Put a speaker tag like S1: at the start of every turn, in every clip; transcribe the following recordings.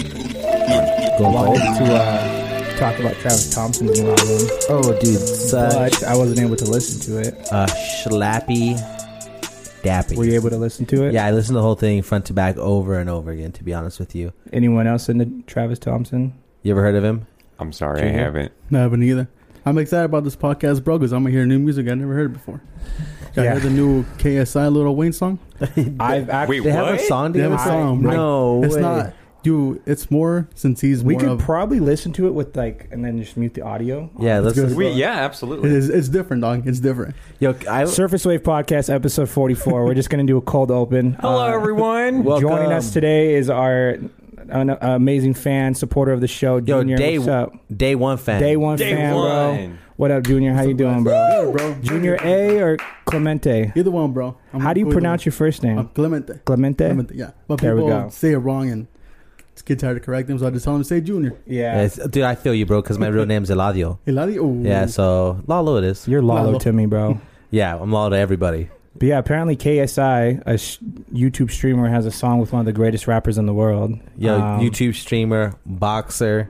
S1: Go out to uh, talk about Travis Thompson's new album,
S2: Oh, dude, such
S1: but I wasn't able to listen to it.
S2: a schlappy dappy.
S1: Were you able to listen to it?
S2: yeah, I listened to the whole thing front to back over and over again. To be honest with you,
S1: Anyone else into Travis Thompson?
S2: you ever heard of him?
S3: I'm sorry, I
S1: Junior?
S3: haven't.
S4: No, I haven't either. I'm excited about this podcast, bro, because I'm gonna hear new music I never heard before. I
S1: Yeah.
S4: heard the new KSI Little Wayne song.
S1: I've actually.
S3: Wait,
S2: They have a
S3: What?
S2: song.
S4: They have a
S2: together?
S4: song, bro.
S2: No,
S4: It's
S2: way.
S4: not, dude. It's more since he's
S1: We
S4: more
S1: could
S4: of.
S1: probably listen to it with like, and then just mute the audio.
S2: Yeah, let's.
S4: good.
S3: We, yeah,
S4: it
S3: absolutely.
S4: is, it's different, dog. It's different.
S2: Yo, I,
S1: Surface Wave Podcast, episode 44. We're just going to do a cold open.
S3: Hello,
S1: Uh,
S3: everyone.
S2: welcome.
S1: Joining us today is our an amazing fan, supporter of the show,
S2: Yo,
S1: Junior.
S2: day
S1: what's up?
S2: day one fan.
S1: Day one
S3: Day
S1: fan, bro.
S3: one.
S1: What up, Junior? How you doing, bro?
S4: Good, bro.
S1: Junior A or Clemente?
S4: Either one, bro. I'm
S1: How do you
S4: cool with
S1: pronounce your first
S4: them.
S1: name?
S4: I'm Clemente?
S1: Clemente.
S4: Clemente, yeah. But
S1: There we
S4: people
S1: go.
S4: say it wrong and just get tired of correcting them, so I just tell them to say Junior.
S1: Yeah,
S2: Yes, dude, I feel you, bro, because my real name's Eladio.
S4: Eladi. Oh,
S1: Mm-hmm.
S2: Yeah, so Lalo it is.
S1: you're Lalo
S4: Lalo.
S1: to me, bro.
S2: Yeah, I'm Lalo to everybody.
S1: But yeah, apparently KSI, a sh- YouTube streamer, has a song with one of the greatest rappers in the world.
S2: Yo,
S1: Um,
S2: YouTube streamer, boxer,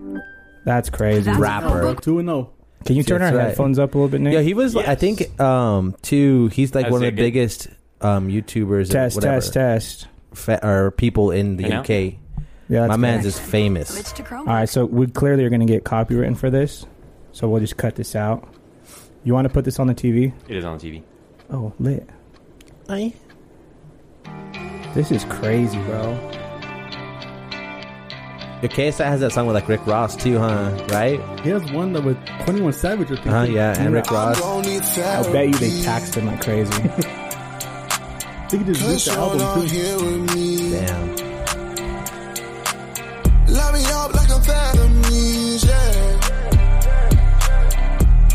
S1: That's crazy.
S5: That's-
S2: rapper.
S4: two and oh. zero.
S1: Can you turn our
S2: That's right.
S1: headphones up a little bit, Nick?
S2: Yeah, he was. I
S3: Yes.
S2: think um too. He's like
S3: As
S2: one of
S3: they
S2: the
S3: get-
S2: biggest um YouTubers and
S1: test,
S2: whatever,
S1: test, test.
S2: fa- or people in the
S3: You know?
S2: UK.
S1: Yeah,
S2: My
S1: that's
S2: man's
S5: good.
S2: is famous.
S5: Switch to Chrome.
S1: All right, so we clearly are going to get copywritten for this, so we'll just cut this out. You want to put this on the TV?
S3: It is on TV.
S1: Oh, lit. This is crazy, bro.
S2: Your KSI has that song with like Rick Ross too, huh? Right?
S4: He has one that with Twenty One Savage. I think.
S2: Uh, yeah, and Rick
S1: Yeah.
S2: Ross.
S1: I bet you they taxed him like crazy.
S4: I think he just released the album too.
S2: Damn.
S6: Light me up like I'm Vietnamese, yeah.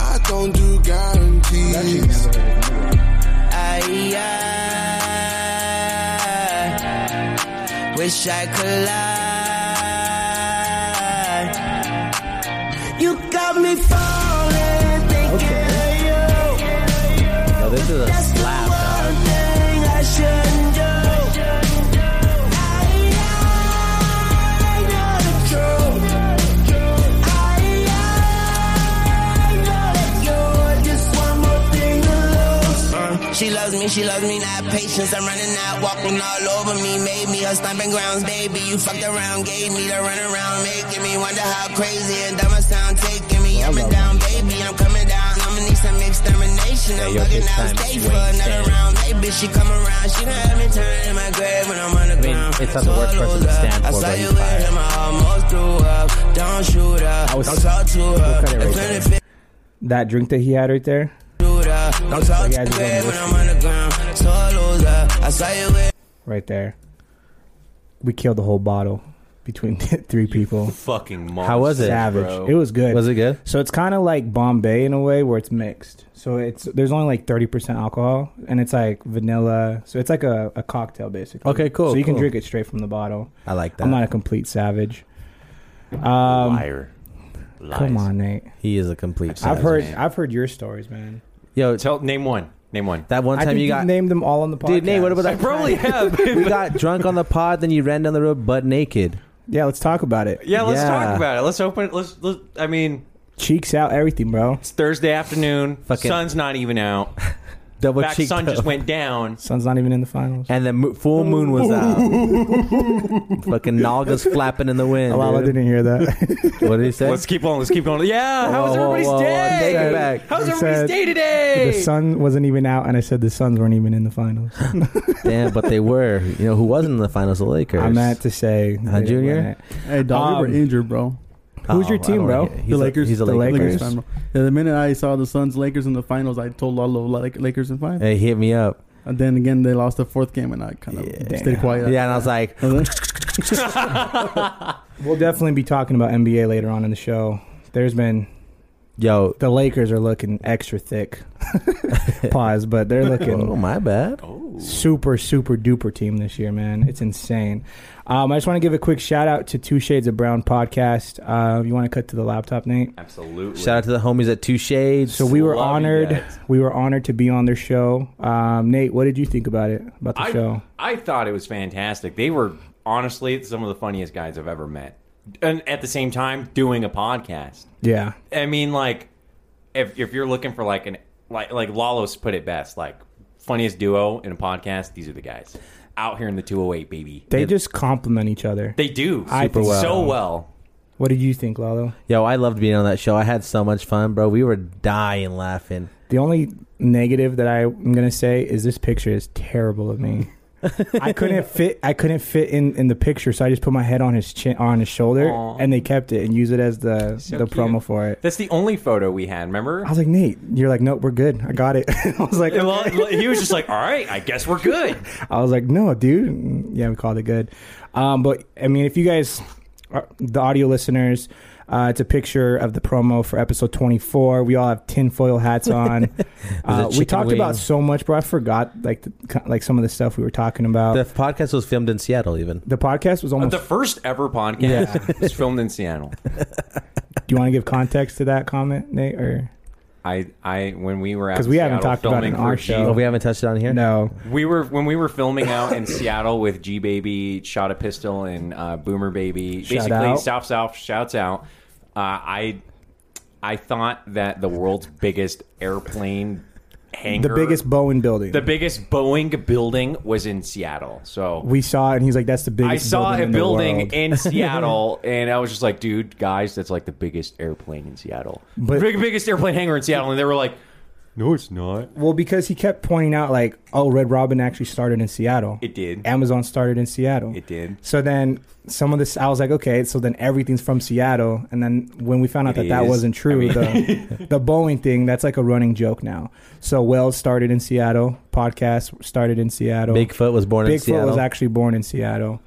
S6: I don't do guarantees.
S7: I, I wish I could lie. You got me falling, thinking of you.
S2: Yo, this is a slap. dog.
S7: One thing I shouldn't do. I, I know the truth. I, I know that you're just one more thing to lose. She loves me, she loves me, not patience. I'm running out, walking all over me. Made me her stomping grounds, baby. You fucked around, gave me the run around, making me wonder how crazy and dumb I sound. Taking me up and down, baby. I'm coming down. I'ma need some extermination. I'm
S2: yo,
S7: bugging
S2: this time
S7: out, stay
S2: she
S7: for
S2: ain't
S7: another
S2: standing.
S7: round. Baby, she come around. She done have me turning in my grave when I'm on the
S2: mean,
S7: ground.
S2: it's not the worst
S7: So I
S2: person to
S7: lose her.
S2: stand
S7: I
S2: for,
S7: saw
S2: but
S7: you
S2: he's
S7: with
S2: fine.
S7: him, I almost threw up. Don't shoot her.
S1: was-
S7: Don't talk to her.
S1: cut it right
S7: If
S1: there.
S7: anything,
S1: that drink that he had right there.
S7: shoot her. Don't talk
S1: you
S7: to her
S1: guys are gonna
S7: when
S1: listen.
S7: I'm on the ground. So I lose her. I saw you with
S1: right there. We killed the whole bottle between three people.
S3: Fucking monster.
S2: How was it?
S1: Savage.
S3: bro.
S1: It was good.
S2: Was it good?
S1: So it's kind of like Bombay in a way where it's mixed. So it's there's only like 30% alcohol and it's like vanilla. So it's like a, a cocktail basically.
S2: Okay, cool,
S1: So you can
S2: cool.
S1: drink it straight from the bottle.
S2: I like that.
S1: I'm not a complete savage.
S3: Liar. Lies.
S1: um, Come on, Nate.
S2: he is a complete.
S1: I've
S2: savage.
S1: heard I've heard your stories, man.
S2: Yo,
S3: Tell name one. Name one.
S2: that one
S1: I
S2: time
S1: think
S2: you got
S1: named them all on the podcast.
S2: dude. Nate, what about
S3: I
S2: that?
S3: probably
S2: time?
S3: have.
S2: we got drunk on the pod, then you ran down the road butt naked.
S1: Yeah, let's talk about it.
S3: Yeah, let's
S2: Yeah.
S3: talk about it. Let's open. Let's. let's I mean,
S1: Cheeks out, everything, bro.
S3: it's Thursday afternoon.
S2: Fucking-
S3: sun's not even out.
S2: Double
S3: Back
S2: cheek.
S3: sun just went down.
S1: Sun's not even in the finals.
S2: And the mo- full moon was out. Fucking Naga's flapping in the wind.
S1: Alala
S2: dude.
S1: Oh, didn't hear that.
S2: Oh, What did he say?
S3: Let's keep going. Let's keep going. Yeah. How was
S2: Whoa, whoa,
S3: everybody's
S2: whoa, whoa,
S3: day?
S2: take it back.
S3: How's
S1: He
S3: everybody's
S1: said
S3: day today?
S1: the sun wasn't even out, and I said the Suns weren't even in the finals.
S2: Damn, but they were. You know who wasn't in the finals? The Lakers.
S1: I meant to say,
S2: Huh,
S1: they
S2: Uh-huh, Junior?
S1: win it.
S4: Hey, dog, we
S1: Um,
S4: were injured, bro.
S1: Who's your
S2: I
S1: team,
S2: don't
S1: bro?
S2: like it. He's
S4: the
S2: a-
S4: Lakers.
S2: he's a
S4: the
S2: Laker.
S1: Lakers.
S4: fan, bro. Yeah, the minute I saw the Suns Lakers in the finals, I told Lalo like Lakers in five.
S2: Hey, hit me up.
S4: And then again, they lost the fourth game, and I kind of
S2: Yeah.
S4: stayed quiet.
S2: Yeah, and I was like,
S4: And then-
S1: We'll definitely be talking about NBA later on in the show. There's been
S2: Yo.
S1: The Lakers are looking extra thick. Pause, but they're looking
S2: Oh, my bad.
S3: Oh.
S1: super super duper team this year, man. It's insane. Um, I just want to give a quick shout out to Two Shades of Brown podcast. Uh, you want to cut to the laptop, Nate?
S3: Absolutely.
S2: Shout out to the homies at Two Shades.
S1: So we were
S3: Loving
S1: honored.
S3: that.
S1: We were honored to be on their show. Um, Nate, what did you think about it? About the
S3: I,
S1: show?
S3: I thought it was fantastic. They were honestly some of the funniest guys I've ever met. And at the same time, doing a podcast.
S1: Yeah,
S3: I mean, like, if if you're looking for like an like like Lalos put it best, like funniest duo in a podcast, these are the guys out here in the 208, baby.
S1: they just compliment each other.
S3: They do
S1: I
S3: super
S1: think
S3: so
S1: so.
S3: well.
S1: what did you think, Lalo?
S2: Yo, I loved being on that show. I had so much fun, bro. We were dying laughing.
S1: The only negative that I'm gonna say is this picture is terrible of me. I couldn't fit. I couldn't fit in, in the picture, so I just put my head on his chin, on his shoulder,
S3: Aw.
S1: and they kept it and used it as the
S3: So
S1: the
S3: cute.
S1: promo for it.
S3: That's the only photo we had. Remember?
S1: I was like, Nate, you're like, nope, we're good. I got it. I was like,
S3: Well, he was just like, "All right, I guess we're good."
S1: I was like, no, dude. And yeah, we called it good. Um, but I mean, if you guys, are, the audio listeners, uh, it's a picture of the promo for episode 24. We all have tinfoil hats on. uh, we
S2: chicken
S1: talked
S2: wing.
S1: about so much, bro. I forgot like the, like some of the stuff we were talking about.
S2: The
S1: The,
S2: podcast was filmed in Seattle, even.
S1: podcast was almost.
S3: the first ever podcast was filmed in Seattle.
S1: do you want to give context to that comment, Nate? Or
S3: I, I, when we were out
S1: 'Cause
S3: in
S1: we haven't
S3: Seattle
S1: talked about it
S3: filming
S1: in our
S3: for G-
S1: show.
S2: Oh, we haven't touched it on here?
S1: no?
S3: We were when we were filming out in Seattle with G Baby, shot a pistol, and uh, Boomer Baby.
S1: Shout
S3: basically,
S1: out.
S3: South South shouts out. Uh, I I thought that the world's biggest airplane hangar,
S1: The biggest Bowen building.
S3: the biggest Boeing building was in Seattle. So
S1: we saw it, and he's like, that's the biggest.
S3: I saw
S1: building
S3: a
S1: in the
S3: building
S1: world.
S3: in Seattle, and I was just like, dude, guys, that's like the biggest airplane in Seattle,
S1: But-
S3: Big, biggest airplane hangar in Seattle, and they were like, no, it's not.
S1: Well, because he kept pointing out like, oh, Red Robin actually started in Seattle.
S3: It did.
S1: Amazon started in Seattle.
S3: It did.
S1: So then some of this, I was like, okay, so then everything's from Seattle. And then when we found out that
S3: It
S1: that
S3: is.
S1: wasn't true,
S3: I
S1: the, the Boeing thing, that's like a running joke now. So Wells started in Seattle, podcast started in Seattle.
S2: Bigfoot was born in
S1: Bigfoot
S2: Seattle.
S1: was actually born in Seattle.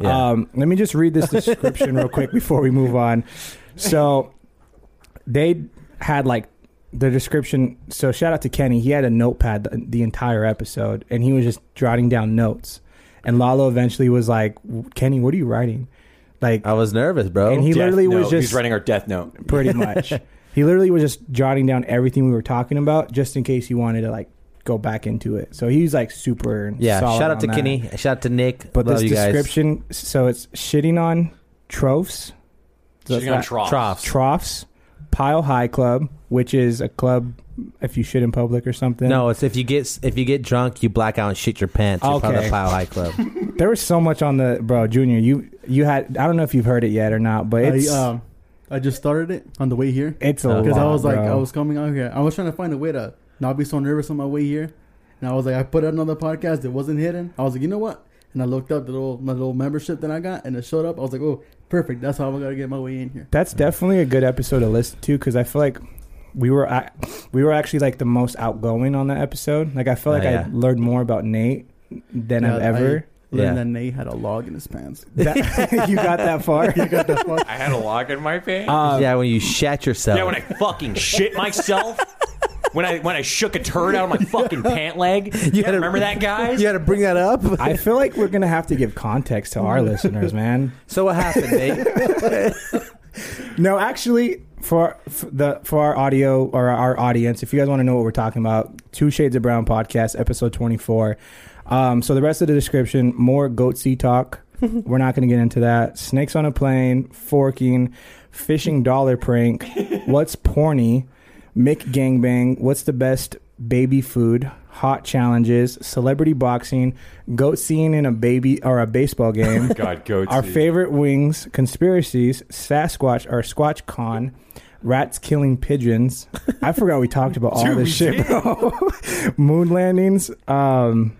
S2: Yeah.
S1: Um, let me just read this description real quick before we move on. So they had like the description. So shout out to Kenny. He had a notepad the, the entire episode, and he was just jotting down notes. And Lalo eventually was like, "Kenny, what are you writing?" Like,
S2: I was nervous, bro.
S1: and he
S3: Death
S1: literally
S3: note.
S1: was just
S3: he's writing our death note.
S1: pretty much. he literally was just jotting down everything we were talking about, just in case he wanted to like go back into it. So he's like super.
S2: yeah,
S1: solid
S2: shout
S1: on
S2: out to
S1: that.
S2: Kenny. Shout out to Nick.
S1: But
S2: Love
S1: this
S2: you guys.
S1: description, so it's shitting on troughs, So it's
S3: She's gonna
S1: not-
S3: trough.
S2: Troughs.
S1: troughs, pile high club, which is a club if you shit in public or something.
S2: No, it's if you get if you get drunk, you black out and shit your pants. You're part of
S1: Okay.
S2: the Pile High Club.
S1: there was so much on the bro, Junior. You you had I don't know if you've heard it yet or not, but
S4: I,
S1: it's
S4: um, I just started it on the way here
S2: Eh,
S1: it's a
S4: because
S1: lot.
S4: I was like,
S1: bro.
S4: I was coming out here. I was trying to find a way to not be so nervous on my way here, and I was like, I put out another podcast that wasn't hidden. I was like, you know what? And I looked up the little my little membership that I got, and it showed up. I was like, oh, perfect. That's how I gotta get my way in here.
S1: That's definitely a good episode to listen to because I feel like we were I, we were actually like the most outgoing on that episode. Like I feel like
S2: Oh,
S1: I
S2: yeah.
S1: learned more about Nate than
S4: Yeah,
S1: I've ever.
S4: I learned
S2: Yeah.
S4: that Nate had a log in his pants.
S1: that, you got that far?
S3: I had a lock in my pants.
S1: Um,
S2: yeah, when you shat yourself.
S3: Uh, yeah, when I fucking shit myself. When I when I shook a turd out of my fucking pant leg, you
S2: had a-
S3: remember that, guys?
S2: you had to bring that up.
S1: I feel like we're gonna have to give context to our listeners, man.
S2: so what happened, Nate?
S1: No, actually, for, for the for our audio or our audience, if you guys want to know what we're talking about, Two Shades of Brown podcast, episode twenty four. Um, so the rest of the description, more goat sea talk. we're not going to get into that. Snakes on a plane, forking, fishing dollar prank. what's porny? Mick gangbang. What's the best baby food? Hot challenges, celebrity boxing, goat seeing in a baby or a baseball game.
S3: God, go
S1: Our favorite wings, conspiracies, Sasquatch or Squatch Con, rats killing pigeons. I forgot we talked about all
S3: Dude,
S1: this
S3: we
S1: shit,
S3: did.
S1: bro. Moon landings, um,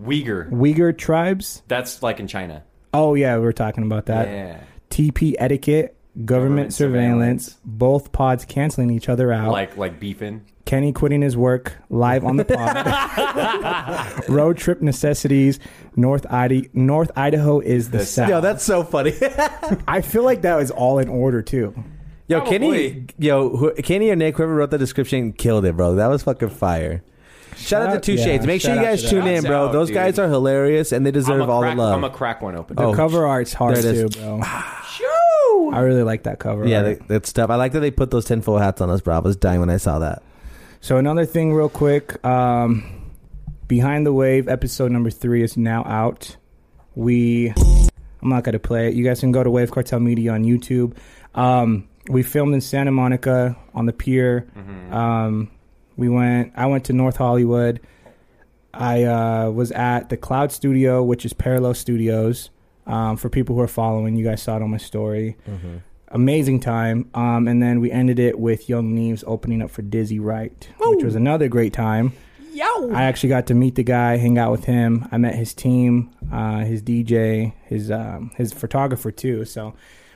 S3: Uyghur.
S1: Uyghur tribes.
S3: That's like in China.
S1: Oh yeah, we were talking about that.
S3: yeah.
S1: TP etiquette, government,
S3: Government
S1: surveillance,
S3: surveillance.
S1: both pods canceling each other out.
S3: Like like beefing.
S1: Kenny quitting his work live on the pod. Road trip necessities. North Idaho. North Idaho is the,
S3: The
S1: south.
S2: Yo, that's so funny.
S1: I feel like that was all in order too.
S2: Yo,
S3: Probably.
S2: Kenny, yo, who- Kenny or Nick, whoever wrote the description, killed it, bro. That was fucking fire. Shout, out to
S1: out-
S2: Two
S1: yeah,
S2: Shades. Make sure
S1: shout
S2: you
S1: out
S2: guys
S1: to
S2: tune
S3: them.
S2: in, bro.
S3: Shouts out,
S2: Those
S3: dude.
S2: guys are hilarious and they
S3: I'm
S2: deserve
S3: a
S2: all
S3: crack-
S2: the love.
S3: I'm a crack one open.
S1: The
S2: Oh,
S1: cover art's hard
S2: there it
S1: too,
S2: is.
S1: bro. I really like that cover.
S2: yeah,
S1: art.
S2: that, that's tough. I like that they put those tinfoil hats on us, bro. I was dying when I saw that.
S1: So another thing, real quick, um, behind the wave episode number three is now out. We, I'm not gonna play it. You guys can go to Wave Cartel Media on YouTube. Um, we filmed in Santa Monica on the pier.
S2: Mm-hmm.
S1: Um, we went. I went to North Hollywood. I uh, was at the Cloud Studio, which is Parallel Studios. Um, for people who are following, you guys saw it on my story
S2: Mm-hmm.
S1: amazing time. Um, and then we ended it with Young Neves opening up for Dizzy Wright, which was another great time. Yo! I actually got to meet the guy, hang out with him. I met his team, uh, his DJ, his um, his photographer too. So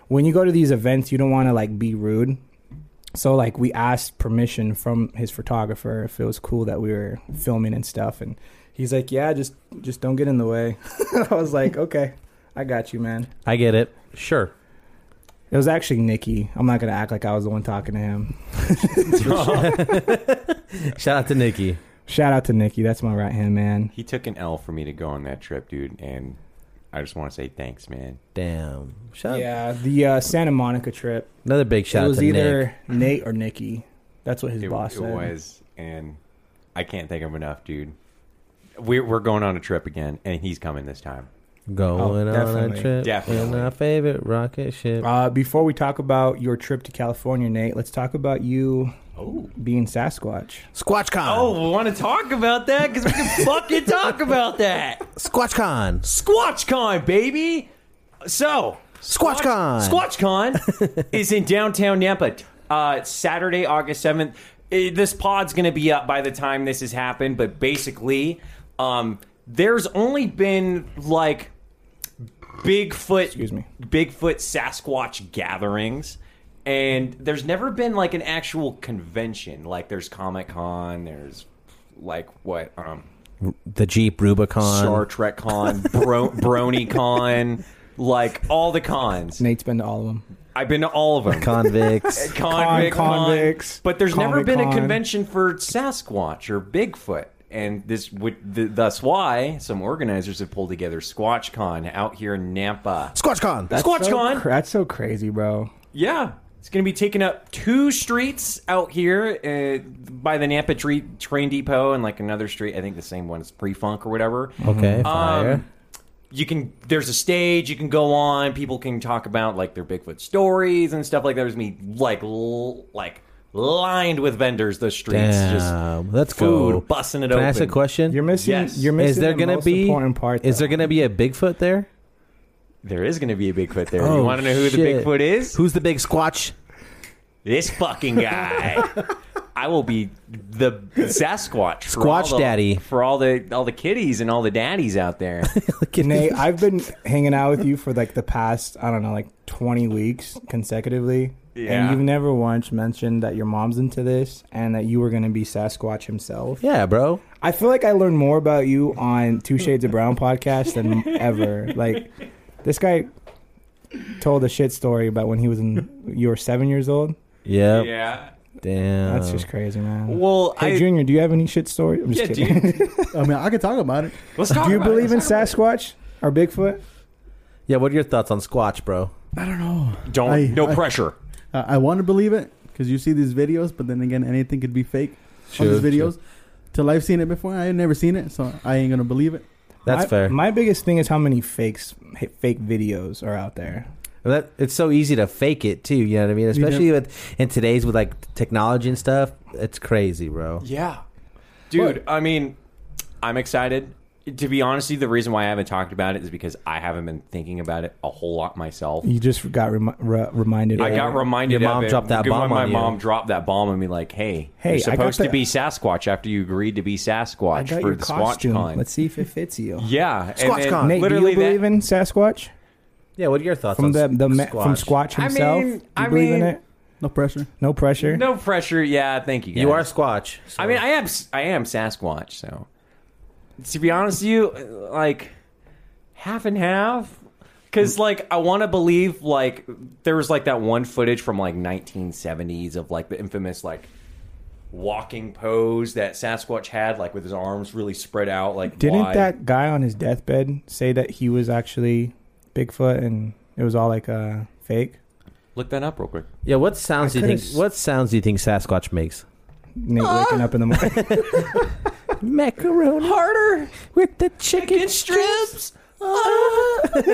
S1: when you go to these events, you don't want to like be rude. So like we asked permission from his photographer if it was cool that we were filming and stuff, and he's like, "Yeah, just just don't get in the way." I was like, "Okay, I got you, man."
S2: I get it. Sure.
S1: It was actually Nikki. I'm not gonna act like I was the one talking to him.
S2: Shout out to Nikki.
S1: Shout out to Nikki. That's my right hand man.
S3: He took an L for me to go on that trip, dude, and I just want to say thanks, man.
S2: Damn. Shout out.
S1: Yeah, the uh, Santa Monica trip.
S2: Another big shout
S1: it was
S2: out to
S1: either
S2: Nick.
S1: Nate or Nikki. That's what his
S3: It,
S1: boss
S3: it
S1: said.
S3: was, and I can't thank him enough, dude. We're we're going on a trip again, and he's coming this time.
S2: Going
S1: Oh,
S2: on
S1: definitely.
S2: a trip in
S3: Definitely.
S2: our favorite rocket ship.
S1: Uh, before we talk about your trip to California, Nate, let's talk about you
S3: Oh.
S1: being Sasquatch.
S2: SquatchCon.
S3: we want to talk about that because we can fucking talk about that.
S2: SquatchCon.
S3: SquatchCon, baby. So,
S2: SquatchCon.
S3: SquatchCon is in downtown Nampa. Uh, Saturday, August 7th. Eh, This pod's going to be up by the time this has happened, but basically, um, there's only been like Bigfoot,
S1: Excuse me.
S3: Bigfoot Sasquatch gatherings, and there's never been like an actual convention. Like there's Comic Con, there's like what um,
S2: The Jeep Rubicon.
S3: Star Trek Con, Bro- Brony Con, like all the cons.
S1: Nate's been to all of them.
S3: I've been to all of them.
S2: Convicts.
S3: Convict
S1: Con-
S3: Con.
S1: convicts,
S3: but there's never
S1: Convict
S3: been
S1: Con.
S3: a convention for Sasquatch or Bigfoot. And this, would th- that's why some organizers have pulled together SquatchCon out here in Nampa.
S2: SquatchCon.
S1: so
S3: SquatchCon,
S1: cra- that's so crazy, bro.
S3: yeah, it's going to be taking up two streets out here uh, by the Nampa tre- Train Depot and like another street. I think the same one is Pre-Funk or whatever.
S2: Okay, fire.
S3: you can there's a stage you can go on people can talk about like their bigfoot stories and stuff like that there's me like l- like lined with vendors the streets just
S2: Damn. Let's
S3: food
S2: go.
S3: busting it
S2: Can
S3: open
S2: I ask a question?
S1: You're missing.
S3: Yes.
S1: You're missing.
S2: is there
S1: the
S2: gonna
S1: most
S2: be
S1: important part?
S2: Is there
S1: though.
S2: gonna be a Bigfoot there?
S3: there is going to be a bigfoot there
S2: Oh,
S3: you want to know who
S2: shit.
S3: the bigfoot is
S2: Who's the big Squatch?
S3: this fucking guy i will be the sasquatch for all
S2: Squatch
S3: the-
S2: daddy.
S3: for all the all the kiddies and all the daddies out there
S1: Nate, I've been hanging out with you for like the past, I don't know, like 20 weeks consecutively. And
S3: Yeah.
S1: you've never once mentioned that your mom's into this and that you were going to be Sasquatch himself.
S2: Yeah, bro.
S1: I feel like I learned more about you on Two Shades of Brown podcast than ever. Like, this guy told a shit story about when he was in, you were seven years old.
S2: Yep.
S3: yeah
S2: Damn.
S1: That's just crazy, man.
S3: well
S1: Hey,
S3: i
S1: Junior, do you have any shit story? I'm just
S3: yeah,
S1: kidding.
S3: dude.
S4: I mean, I could talk about it.
S3: Let's talk
S1: Do you
S3: about it.
S1: believe in Sasquatch or Bigfoot?
S2: yeah. What are your thoughts on Squatch, bro?
S3: Don't.
S4: I-
S3: no
S4: I-
S3: pressure.
S4: Uh, I want to believe it because you see these videos, but then again, anything could be fake
S2: Sure,
S4: on these videos. Till I've seen it before, I had never seen it, so I ain't gonna believe it.
S2: That's
S1: my,
S2: fair.
S1: My biggest thing is how many fakes, fake videos are out there.
S2: That- it's so easy to fake it too. You know what I mean?
S4: do.
S2: Especially with in today's with like technology and stuff. It's crazy, bro.
S3: Yeah. Dude, I mean, I'm excited. To be honest, with you, the reason why I haven't talked about it is because I haven't been thinking about it a whole lot myself.
S1: You just got remi- re- reminded.
S3: I
S1: of
S3: got
S1: it.
S3: reminded
S2: Your
S3: of
S2: mom
S3: it.
S2: dropped that
S3: Good
S2: bomb
S3: one, My
S2: on you.
S3: mom dropped that bomb on me like, hey,
S1: Hey,
S3: you're
S1: I got
S3: supposed
S1: the-
S3: to be Sasquatch after you agreed to be
S1: I
S3: Sasquatch
S1: got
S3: for
S1: your
S3: the
S1: costume.
S3: SquatchCon.
S1: Let's see if it fits you.
S3: yeah.
S2: SquatchCon.
S1: Nate,
S3: literally
S1: do you believe
S3: that-
S1: in Sasquatch
S2: Yeah. What are your thoughts
S1: from
S2: on
S1: the, the ma-
S2: Squatch?
S1: from Squatch
S3: I
S1: himself?
S3: mean-
S1: you
S3: I
S1: believe in
S3: mean-
S1: it?
S4: No pressure.
S1: No pressure.
S3: No pressure. Yeah, thank you. Guys.
S2: You are Squatch. so-
S3: I mean, I am I am Sasquatch, so to be honest with you, like half and half.
S1: Mm.
S3: Cause like I want to believe like there was like that one footage from like 1970s of like the infamous like walking pose that Sasquatch had like with his arms really spread out like
S1: Didn't
S3: wide.
S1: that guy on his deathbed say that he was actually Bigfoot and it was all like uh, fake?
S3: look that up real quick
S2: Yeah, what sounds do you think?
S1: couldn't s-
S2: What sounds do you think Sasquatch makes?
S1: Nate waking up in the morning.
S2: Macaroni
S3: harder
S2: with the chicken.
S3: chicken strips
S2: Like,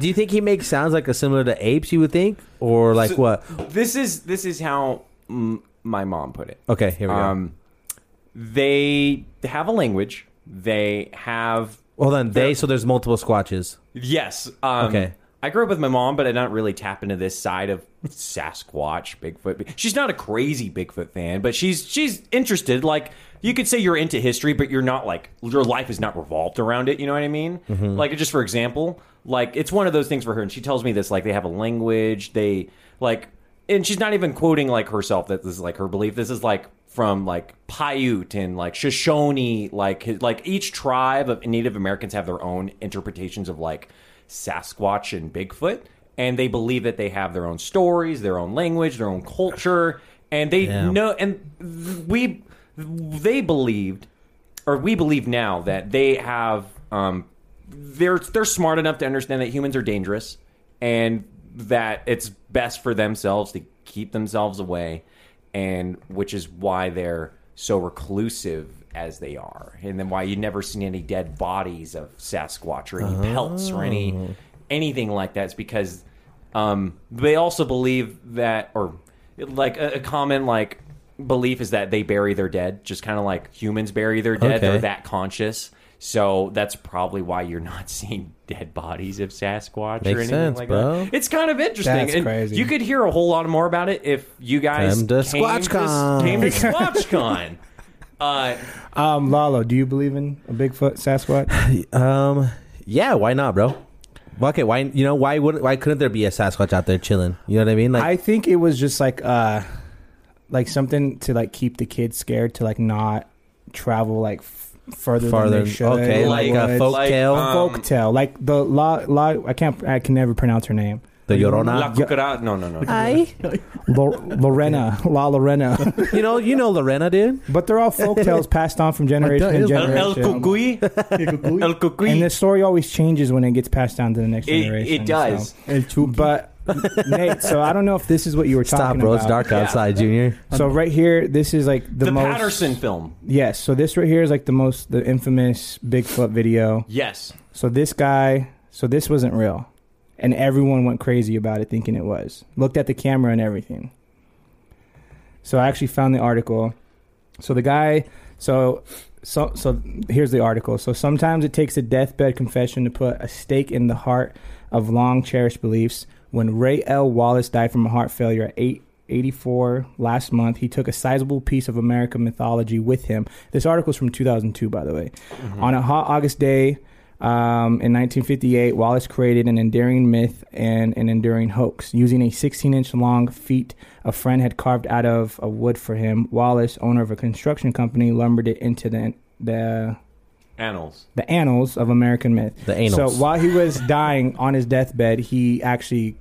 S2: do you think he makes sounds like a similar to apes? You would think, or like
S3: So-
S2: what?
S3: this is this is how mm, my mom put it
S1: Oh,
S2: Okay, here we go.
S3: um they have a language they have
S2: Hold on, they. So there's multiple squatches.
S3: Yes. Um,
S2: Okay.
S3: I grew up with my mom, but I don't really tap into this side of Sasquatch, Bigfoot. She's not a crazy Bigfoot fan, but she's she's interested. Like you could say you're into history, but you're not like your life is not revolved around it. You know what I mean? Like just for example, like it's one of those things for her, and she tells me this like they have a language. They like, and she's not even quoting like herself. That this is like her belief. This is like from like Paiute and like Shoshone, like his, like each tribe of Native Americans have their own interpretations of like Sasquatch and Bigfoot, and they believe that they have their own stories, their own language, their own culture, and they
S2: Yeah.
S3: know. And th- we, they believed, or we believe now that they have, um, they're they're smart enough to understand that humans are dangerous, and that it's best for themselves to keep themselves away, and which is why they're so reclusive as they are, and then why you never seen any dead bodies of Sasquatch or any pelts or any anything like that is because um, they also believe that, or like a, a common like belief is that they bury their dead, just kind of like humans bury their dead. They're
S2: Okay.
S3: that conscious, so that's probably why you're not seeing dead bodies of Sasquatch or
S2: Makes
S3: anything
S2: sense,
S3: like
S2: bro.
S3: that. It's kind of interesting.
S1: That's
S3: and
S1: crazy.
S3: You could hear a whole lot more about it if you guys
S2: Time to
S3: came
S2: SquatchCon.
S3: To, came to SquatchCon. Uh,
S1: um, Lalo, do you believe in a Bigfoot Sasquatch?
S2: Um, yeah, why not, bro? Fuck it. Why you know why would why couldn't there be a Sasquatch out there chilling? You know what I mean? Like
S1: I think it was just like uh, like something to like keep the kids scared to like not travel like f- further,
S2: farther.
S1: than they should.
S2: okay,
S1: in the
S2: like a
S1: woods.
S2: folk
S3: like,
S2: tale,
S3: um,
S1: folktale, like the la la. I can't. I can never pronounce her name.
S2: the
S3: La
S2: Llorona.
S3: Cucara- No, no, no.
S1: Lo- Lorena, La Lorena.
S2: you know, you know Lorena, dude.
S1: But they're all folktales passed on from generation to
S4: is-
S3: El, El
S1: generation.
S3: Cucuy. El Cucuy.
S1: And the story always changes when it gets passed down to the next
S3: it,
S1: generation.
S3: it does.
S1: so.
S4: El Chupi.
S1: But Nate, so I don't know if this is what you were
S2: Stop,
S1: talking
S2: bro.
S1: about.
S2: It's dark
S3: Yeah.
S2: outside, Junior.
S1: So right here, this is like the,
S3: The,
S1: most.
S3: Patterson film.
S1: Yes. So this right here is like the most, the infamous Bigfoot video.
S3: Yes.
S1: So this guy, so this wasn't real, and everyone went crazy about it, thinking it was. Looked at the camera and everything. So I actually found the article. So the guy, so so so here's the article. So sometimes it takes a deathbed confession to put a stake in the heart of long cherished beliefs. When Ray L. Wallace died from heart failure at eight. 84 last month he took a sizable piece of american mythology with him this article's from 2002 by the way
S2: Mm-hmm.
S1: on a hot august day um, in 1958, Wallace created an enduring myth and an enduring hoax. Using a 16 inch long feet a friend had carved out of a wood for him, Wallace, owner of a construction company, lumbered it into the, the,
S3: Annals.
S1: the annals of American myth.
S2: The anals.
S1: So while he was dying on his deathbed, he actually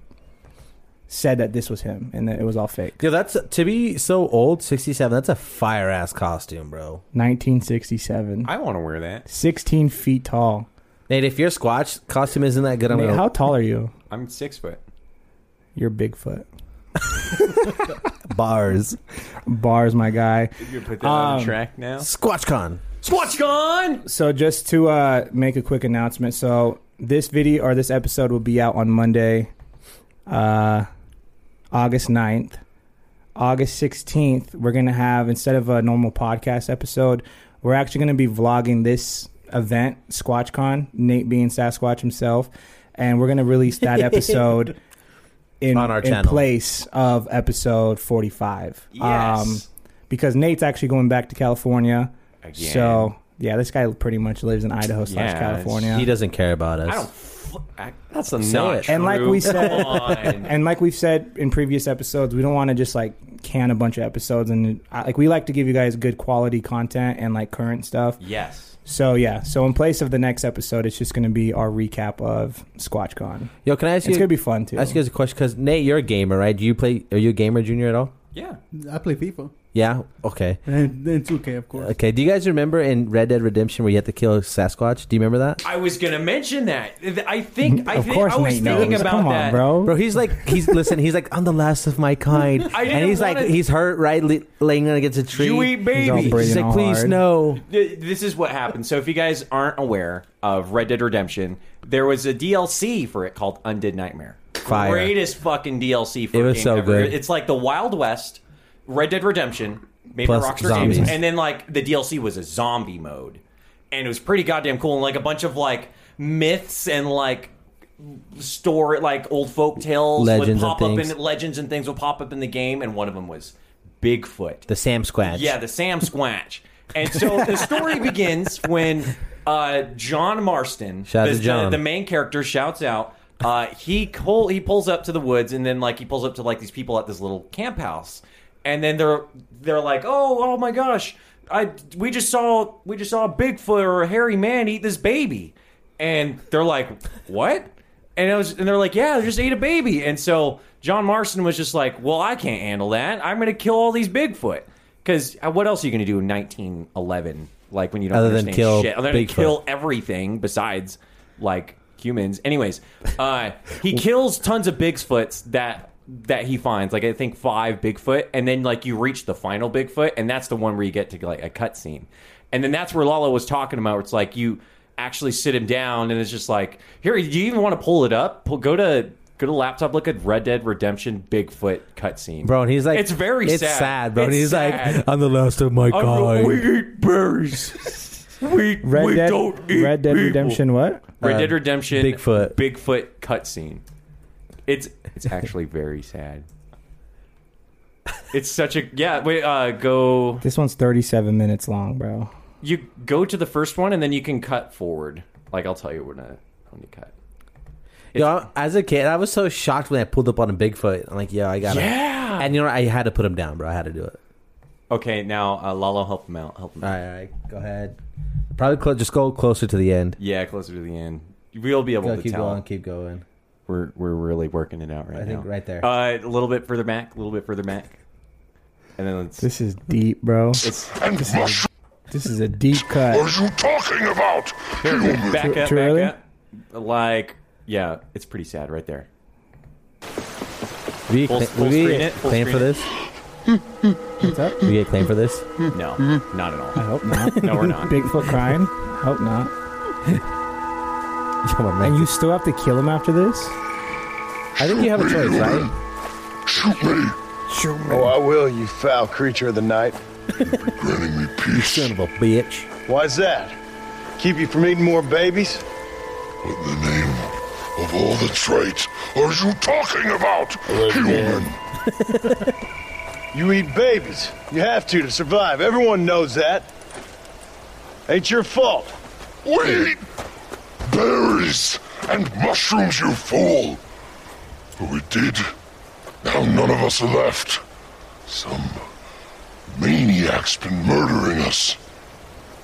S1: said that this was him and that it was all fake.
S2: Yo, that's to be so old, sixty-seven. That's a fire ass costume, bro.
S1: 1967.
S3: I want to wear that.
S1: 16 feet tall.
S2: Nate, if your Squatch costume isn't that good, I'm
S1: Nate,
S2: gonna.
S1: how tall are you?
S3: I'm six foot.
S1: You're Bigfoot.
S2: bars.
S1: Bars, my guy.
S3: You gonna put that on
S1: Um,
S3: the track now.
S2: SquatchCon.
S3: SquatchCon.
S1: So just to uh, make a quick announcement, so this video or this episode will be out on Monday, uh, August 9th. August 16th, we're going to have, instead of a normal podcast episode, we're actually going to be vlogging this event, SquatchCon, Nate being Sasquatch himself, and we're going to release that episode in,
S2: On our
S1: in
S2: channel.
S1: place of episode Um, 45.
S3: Yes.
S1: because Nate's actually going back to California.
S3: Again.
S1: So yeah, this guy pretty much lives in Idaho slash
S3: Yeah,
S1: California.
S2: He doesn't care about us.
S3: I don't That's a not
S2: it.
S1: And like
S3: true.
S1: we said-
S3: Come on.
S1: And like we've said in previous episodes, we don't want to just like can a bunch of episodes, and uh, like we like to give you guys good quality content and like current stuff.
S3: yes.
S1: So yeah, so in place of the next episode, it's just going to be our recap of SquatchCon.
S2: Yo, can I ask
S1: It's
S2: you?
S1: going to be fun too.
S2: ask you guys a question because Nate, you're a gamer, right? Do you play? Are you a gamer, Junior, at all?
S3: Yeah.
S4: I play FIFA
S2: Yeah. Okay.
S4: and then 2K, of course.
S2: Okay. Do you guys remember in Red Dead Redemption where you had to kill Sasquatch? Do you remember that?
S3: I was gonna mention that. I think. I
S1: of
S3: think.
S1: course,
S3: I was
S1: Nate
S3: thinking
S1: knows.
S3: about
S1: Come
S3: that.
S1: on, bro.
S2: Bro, he's like, he's listen, he's like, I'm the last of my kind,
S3: I didn't
S2: and he's like,
S3: wanna-
S2: he's hurt, right, li- laying against a tree.
S3: Dewey,
S1: all
S3: baby.
S1: brave.
S2: he's
S1: breathing
S2: like, please
S1: hard."
S2: no.
S3: Th- This is what happened. So, if you guys aren't aware of Red Dead Redemption, there was a DLC for it called Undead Nightmare.
S2: Fire.
S3: Greatest fucking DLC for
S2: It
S3: a
S2: was
S3: game
S2: so
S3: ever.
S2: good.
S3: It's like the Wild West, Red Dead Redemption, made
S2: Plus
S3: by Rockstar
S2: zombies.
S3: Games, and then like the DLC was a zombie mode, and it was pretty goddamn cool. And like a bunch of like myths and like story, like old folk tales
S2: Legends and
S3: would pop up
S2: things.
S3: in legends and things would pop up in the game, and one of them was Bigfoot.
S2: The Sam Squatch.
S3: Yeah, the Sam Squatch. And so the story begins when uh, John Marston,
S2: Shout out
S3: the,
S2: to John.
S3: the main character, shouts out. Uh, he pull, he pulls up to the woods, and then like he pulls up to like these people at this little camp house, and then they're they're like, oh oh my gosh, I we just saw we just saw a Bigfoot or a hairy man eat this baby, and they're like, what? And I was, and they're like, yeah, they just ate a baby. And so John Marston was just like, well, I can't handle that. I'm going to kill all these Bigfoot. Because what else are you going to do in 1911? Like when you don't
S2: Other than
S3: understand
S2: kill
S3: shit, other than
S2: Bigfoot.
S3: kill everything besides like humans. Anyways, uh, he kills tons of Bigfoots that that he finds. Like I think five Bigfoot, and then like you reach the final Bigfoot, and that's the one where you get to like a cutscene, and then that's where Lala was talking about. Where it's like you actually sit him down, and it's just like, here, do you even want to pull it up? Pull, go to go to laptop, look at Red Dead Redemption Bigfoot cutscene,
S2: Bro, and he's like,
S3: It's very
S2: it's sad,
S3: sad.
S2: bro. and
S3: It's
S2: he's
S3: sad.
S2: like, I'm the last of my kind.
S3: eat berries. We,
S1: Red Dead, Red Dead Redemption. What?
S3: Red Dead
S2: Uh,
S3: Redemption
S2: Bigfoot.
S3: Bigfoot cutscene. It's it's actually very sad. It's such a yeah. Wait, uh, go
S1: This one's 37 minutes long, bro.
S3: you go to the first one and then you can cut forward. Like I'll tell you when to when you cut.
S2: Yo, I- as a kid, I was so shocked when I pulled up on a Bigfoot. I'm like, yeah, I got it.
S3: Yeah.
S2: And you know, what? I had to put him down, bro. I had to do it.
S3: okay, now uh, Lalo, help him out. Help him.
S2: All
S3: Out.
S2: right, all right, go ahead. Probably clo- just go closer to the end.
S3: Yeah, closer to the end. We'll be able
S2: Go,
S3: to
S2: keep
S3: tell.
S2: going, keep going.
S3: We're we're really working it out right
S2: I
S3: now.
S2: think right there.
S3: Uh, a little bit further back. A little bit further back. And then let's.
S1: This is deep, bro.
S3: it's
S1: This is a deep cut.
S5: you talking about?
S3: back up, back
S1: Truly?
S3: up. Like, yeah, it's pretty sad right there.
S2: we
S3: full-
S2: cla-
S3: full
S2: we
S3: screen
S2: get
S3: it, full
S2: claim
S3: screen
S2: for
S3: it.
S2: this. What's up? We get claim for this.
S3: No,
S2: Mm-hmm.
S3: not at
S1: I
S3: all.
S1: hope not.
S3: No, we're not.
S1: Bigfoot crime. Hope not.
S2: Come on, man.
S1: And you still have to kill him after this?
S2: I think you have a choice, right?
S5: Shoot me,
S8: Oh, I will, you foul creature of the night.
S5: granting me peace,
S2: Son of a bitch.
S8: Why's that? Keep you from eating more babies?
S5: but in the name of all the traits are you talking about, human?
S8: You eat babies. You have to to survive. Everyone knows that. Ain't your fault.
S5: We eat berries and mushrooms, you fool. But we did. Now none of us are left. Some maniac's been murdering us.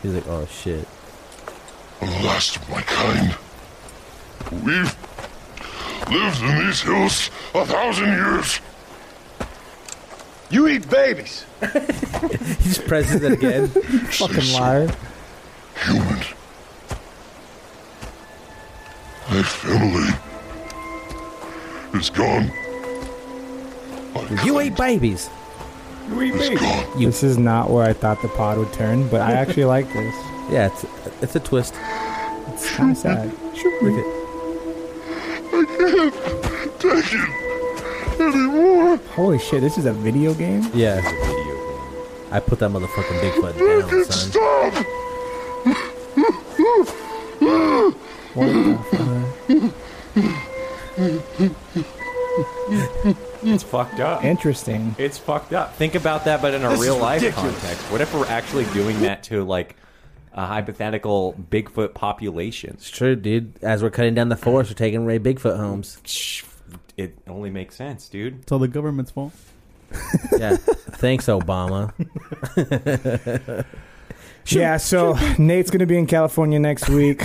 S2: He's like, oh shit.
S5: I'm the last of my kind. We've lived in these hills a thousand years.
S8: You eat babies.
S2: He just presses it again.
S1: Fucking liar.
S5: human. My family is gone. My
S2: you
S5: kind
S2: ate babies.
S5: is gone.
S1: This is not where I thought the pod would turn, but I actually like this.
S2: Yeah, it's it's a twist.
S1: It's kind of sad.
S2: Look at-
S5: Take it anymore.
S1: Holy shit, this is a video game?
S2: Yeah. I put that motherfucking Bigfoot down,
S5: Make it
S2: son.
S5: stop.
S3: It's fucked up.
S1: Interesting.
S3: It's fucked up. Think about that, but in a real life context. What if we're actually doing that to like a hypothetical Bigfoot population.
S2: It's true, dude. As we're cutting down the forest, we're taking Ray Bigfoot homes.
S3: It only makes sense, dude.
S4: It's all the government's fault.
S2: Yeah. Thanks, Obama.
S1: yeah, so Nate's going to be in California next week.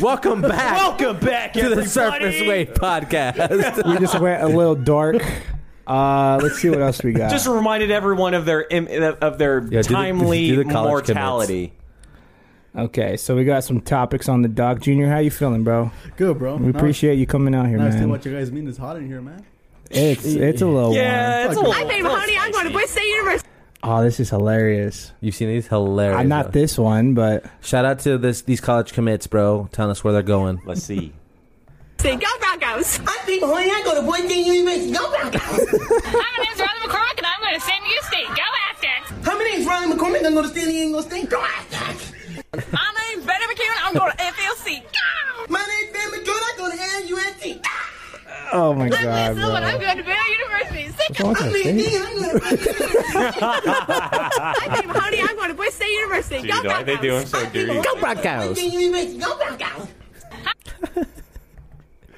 S2: Welcome back.
S3: Welcome back
S2: to the Surface Wave Podcast.
S1: we just went a little dark. Uh, let's see what else we got.
S3: Just reminded everyone of their im- of their
S2: do the-
S3: timely
S2: do the college
S3: mortality.
S1: okay, so we got some topics on the dock. Junior, how you feeling, bro?
S4: Good, bro.
S1: We appreciate you coming out here,
S4: Now I understand
S1: man.
S4: what you guys mean. It's hot in here, man.
S1: It's it's a little warm.
S3: Yeah, it's a little,
S9: My name,
S3: little
S9: honey, I'm
S3: spicy.
S9: going to Boise State University.
S1: Oh, this is hilarious.
S2: You've seen these hilarious.
S1: Uh, not this one, but
S2: Shout out to this these college commits, bro. Telling us where they're going.
S3: Let's see.
S9: Go Broncos.
S10: I think horny, I go to Boise State University. Go Broncos.
S11: My name's Riley McCormick, and I'm going to San Diego State. Go Aztecs!
S10: How many is Riley McCormick gonna go to Stanley and go State? Go Aztecs.
S9: My name's Betty McKeown. I'm going to FLC. Go!
S10: My name's Ben McGill, I go to LUNT.
S1: oh my god,
S11: I'm Liz Lillard. I'm
S1: bro.
S11: going to Baylor University. Sick
S1: What's
S10: I
S1: wrong with
S10: mean,
S1: my face?
S10: yeah, I'm gonna-
S9: My name, honey, I'm going to Boise State University.
S3: Dude,
S9: Go
S3: why are they doing
S9: Broncos.
S3: so dirty?
S2: Go Broncos.
S10: Boise State University. Go Broncos.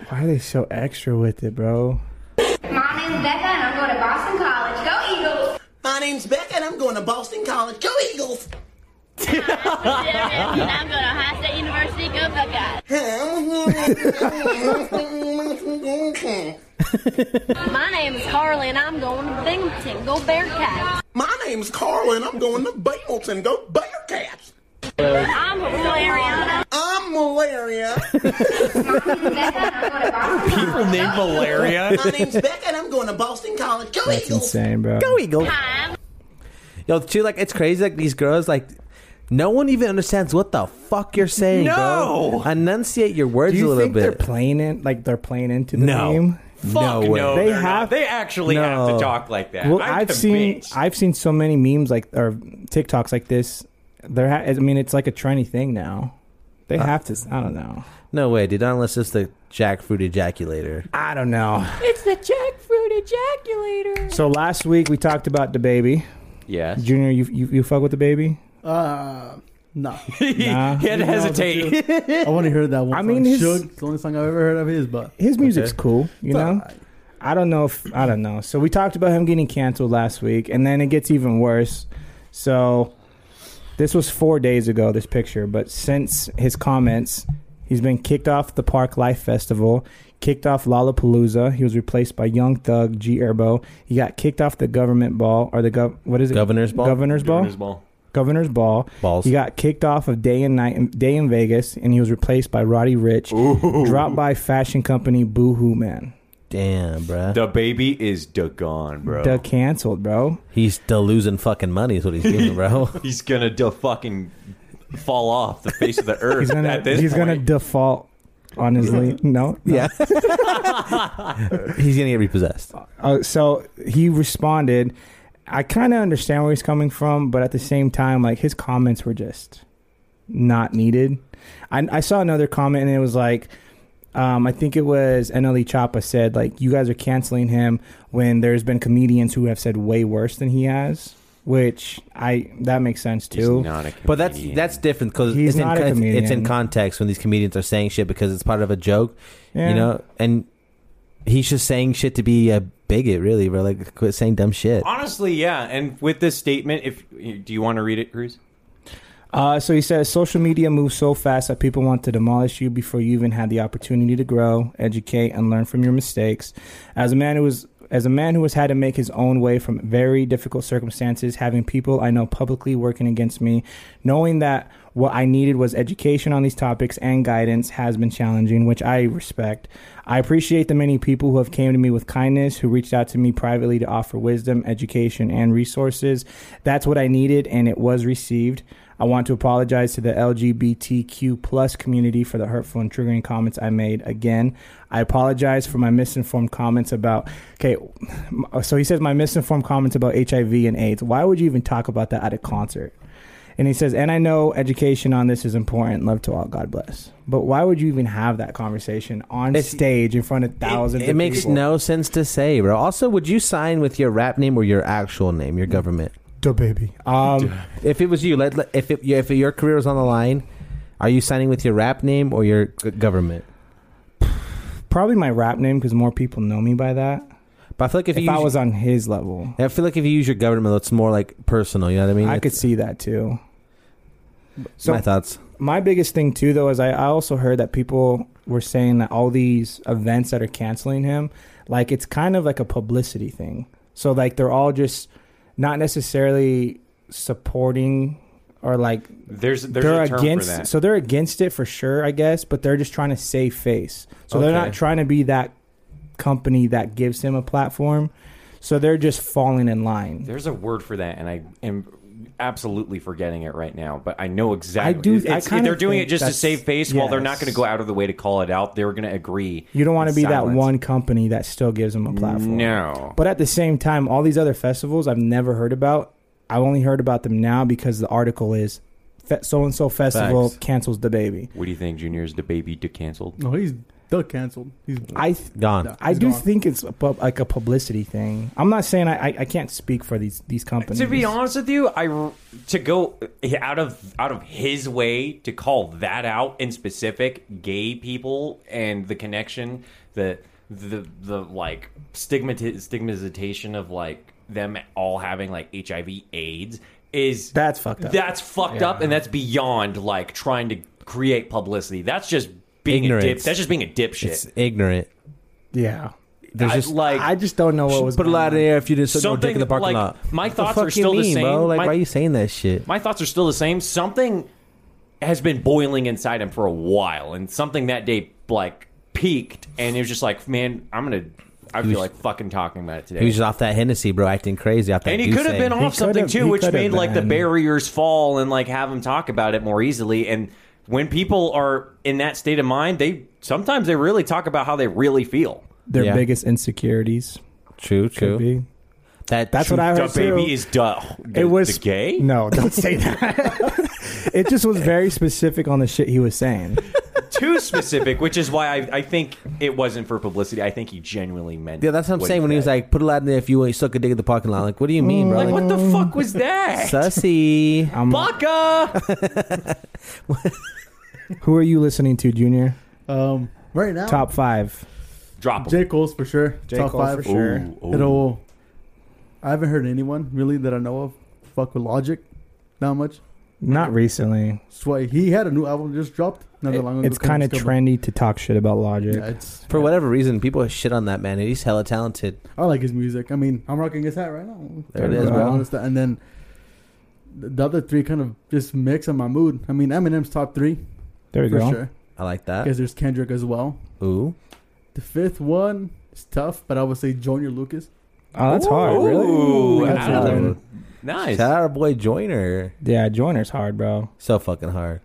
S1: Why are they so extra with it, bro?
S11: My name's Becca, and I'm going to Boston College. Go Eagles!
S10: My name's Becca and I'm going to Boston College. Go Eagles!
S11: and I'm going to Ohio State University. Go Buckeyes! My name is Harley, and I'm going to Binghamton. Go Bearcats!
S10: My name's Carl and I'm going to Binghamton. Go Bearcats!
S11: I'm from Ariana.
S10: I'm Malaria.
S11: I'm going to Boston
S3: People named Valeria.
S10: My name's Becca and I'm going to Boston College. Go
S1: That's
S10: Eagles!
S1: insane, bro.
S2: Eagle.
S11: College.
S2: Yo, too, like, it's crazy. Like, these girls, like, no one even understands what the fuck you're saying,
S3: No.
S2: bro. Enunciate your words
S1: Do you
S2: a little
S1: think they're
S2: bit.
S1: playing it like they're playing into the
S2: no.
S1: game?
S2: No
S3: Fuck
S2: way.
S3: no,
S1: They
S3: they have.
S1: have-
S3: They actually have to
S2: No.
S3: talk like that.
S1: Well,
S3: I'm
S1: I've seen
S3: convinced.
S1: I've seen so many memes like or TikToks like this. There, ha- I mean, it's like a trendy thing now. They have to. I don't know.
S2: No way, dude. Not Unless it's the jackfruit ejaculator.
S1: I don't know.
S9: It's the jackfruit ejaculator.
S1: So last week we talked about the baby.
S3: yes.
S1: Junior, you you, you fuck with the baby?
S4: Uh, nah.
S3: he had to hesitate.
S4: I want to hear that one.
S1: I
S4: I
S1: mean,
S4: mean,
S1: his-
S4: It's the only song I've ever heard of his, but
S1: His music's cool, you
S4: all
S1: know.
S4: right.
S1: I don't know if I don't know. So we talked about him getting canceled last week, and then it gets even worse. So this was four days ago. This picture, but since his comments, he's been kicked off the Park Life Festival, kicked off Lollapalooza. He was replaced by Young Thug, G Herbo. He got kicked off the government ball or the gov. What is it?
S2: Governor's ball?
S1: Governor's ball.
S3: Governor's ball.
S1: Governor's Ball.
S2: Balls.
S1: He got kicked off of Day and Night Day in Vegas, and he was replaced by Roddy Rich. Dropped by fashion company Boohoo Man.
S2: Damn, bro.
S3: The baby is gone, bro.
S1: The canceled, bro.
S2: He's still losing fucking money, is what he's doing, bro.
S3: he's gonna da- fucking fall off the face of the earth
S1: He's gonna
S3: at this
S1: he's gonna
S3: point.
S1: default. Honestly, no. no.
S2: yeah. he's going to get repossessed.
S1: Uh, so he responded. I kind of understand where he's coming from, but at the same time, like his comments were just not needed. I, I saw another comment and it was like, um, I think it was NLE Choppa said like you guys are canceling him when there's been comedians who have said way worse than he has, which I that makes sense
S3: He's
S1: too.
S3: not a
S2: But that's
S3: comedian.
S2: that's different because
S1: He's
S2: it's, in
S1: not a
S2: con- it's
S1: comedian.
S2: in context when these comedians are saying shit because it's part of a joke,
S1: Yeah.
S2: you know. And he's just saying shit to be a bigot, really, bro. Like, quit saying dumb shit.
S3: honestly, yeah. And with this statement, if do you want to read it, Cruz?
S1: Uh, so he says social media moves so fast that people want to demolish you before you even had the opportunity to grow, educate, and learn from your mistakes. As a man who was as a man who has had to make his own way from very difficult circumstances, having people I know publicly working against me, knowing that what I needed was education on these topics and guidance has been challenging, which I respect. I appreciate the many people who have came to me with kindness, who reached out to me privately to offer wisdom, education, and resources. That's what I needed, and it was received. I want to apologize to the LGBTQ plus community for the hurtful and triggering comments I made. Again, I apologize for my misinformed comments about. Okay, so he says my misinformed comments about HIV and AIDS. Why would you even talk about that at a concert? And he says, and I know education on this is important. Love to all. God bless. But why would you even have that conversation on
S2: It's-
S1: stage in front of thousands?
S2: It,
S1: of
S2: makes
S1: people?
S2: no sense to say, bro. Also, would you sign with your rap name or your actual name, your government?
S1: the baby. Um,
S2: if it was you, let, let- if it, yeah, if your career was on the line, are you signing with your rap name or your g- government?
S1: Probably my rap name because more people know me by that.
S2: But I feel like if,
S1: If
S2: you
S1: I
S2: use-
S1: was on his level,
S2: I feel like if you use your government, it's more like personal. You know what I mean?
S1: I
S2: It's
S1: could see that too. So-
S2: my thoughts.
S1: My biggest thing too, though, is I, I also heard that people were saying that all these events that are canceling him, like it's kind of like a publicity thing. So like they're all just not necessarily supporting or like
S3: There's there's
S1: they're
S3: a term
S1: against.
S3: for that.
S1: So they're against it for sure, I guess. But they're just trying to save face. So they're
S3: Okay.
S1: not trying to be that company that gives him a platform. So they're just falling in line.
S3: There's a word for that, and I am absolutely forgetting it right now. But I know exactly.
S1: do- I
S3: It's-
S1: kinda
S3: they're doing it
S1: think
S3: just to
S1: that's-
S3: save face while they're not
S1: yes.
S3: going to go out of the way to call it out. They're going to agree.
S1: You don't want to
S3: in
S1: be that
S3: silence.
S1: one company that still gives him a platform.
S3: No.
S1: But at the same time, all these other festivals I've never heard about. I only heard about them now because the article is so and so festival
S3: Facts.
S1: cancels the baby.
S3: What do you think, Junior's the baby to canceled?
S4: No, he's duck canceled. He's
S1: I th-
S2: Gone.
S4: No,
S1: I
S4: he's
S1: do
S4: gone.
S1: think it's a pub, like a publicity thing. I'm not saying I, I, I can't speak for these these companies.
S3: To be honest with you, I to go out of out of his way to call that out in specific gay people and the connection the the the like stigmati- stigmatization of like them all having like HIV AIDS is
S1: that's fucked up.
S3: That's fucked up and that's beyond like trying to create publicity. That's just being a dip.
S2: Ignorance.
S3: That's just being a dipshit.
S2: It's ignorant.
S1: yeah,
S2: There's
S3: I-
S2: just
S3: like
S1: I just don't know what was
S2: put a
S1: going
S2: lot in there if you just no
S3: Something
S2: dick in the parking
S3: like-
S2: lot.
S3: my
S2: What
S3: thoughts
S2: fuck
S3: are
S2: you
S3: still the
S2: mean,
S3: same.
S2: Bro? Like,
S3: My-
S2: why are you saying that shit?
S3: my thoughts are still the same. Something has been boiling inside him for a while, and something that day like peaked, and it was just like, man, I'm gonna. I feel
S2: was-
S3: like fucking talking about it today.
S2: He was just off that Hennessy, bro, acting crazy off that.
S3: and he could have been
S2: Goose egg.
S3: off something
S1: could've-
S3: too,
S1: he
S3: which
S1: could've
S3: made like the
S1: been.
S3: barriers fall and like have him talk about it more easily. And when people are in that state of mind, they sometimes they really talk about how they really feel.
S1: Their
S2: Yeah.
S1: biggest insecurities
S2: True,
S1: could
S2: true.
S1: be.
S2: That
S1: That's
S2: true-
S1: what I
S3: The
S1: heard too.
S3: baby is duh.
S1: it was
S3: the gay.
S1: No, don't say that. it just was very specific on the shit he was saying.
S3: too specific, which is why I, I think it wasn't for publicity. I think he genuinely meant.
S2: Yeah, that's what I'm saying. When he was
S3: said.
S2: like, "Put a lot in there if you ain't suck a dick in the parking lot," like, what do you mean, bro?
S3: like, "What the fuck was that?"
S2: sussy?
S1: I'm,
S3: Baka.
S1: who are you listening to, Junior?
S4: um right now.
S1: Top five.
S3: Drop him.
S4: J Cole's for sure.
S1: J.
S4: Top
S1: Cole's
S4: five
S1: for sure.
S3: Ooh, ooh.
S4: It'll. I haven't heard anyone really that I know of fuck with Logic, not much.
S1: Not recently.
S4: That's why he had a new album just dropped not that long ago.
S1: It's kind of
S4: Discovered.
S1: trendy to talk shit about Logic.
S4: Yeah, it's.
S2: For whatever reason, people shit on that man. and He's hella talented.
S4: I like his music. I mean, I'm rocking his hat right now.
S2: There
S1: it is,
S4: Honest
S1: bro.
S4: to- And then the the other three kind of just mix on my mood. I mean, Eminem's top three
S1: there we
S4: for
S1: go.
S4: sure
S2: I like that.
S4: because there's Kendrick as well.
S2: Ooh,
S4: The fifth one is tough, but I would say Junior Lucas.
S1: Oh, that's hard. Really?
S3: Ooh,
S1: That's
S3: out of
S1: hard.
S3: the- nice.
S2: shout out our boy Joyner.
S1: Yeah, Joiner's hard, bro.
S2: So fucking hard.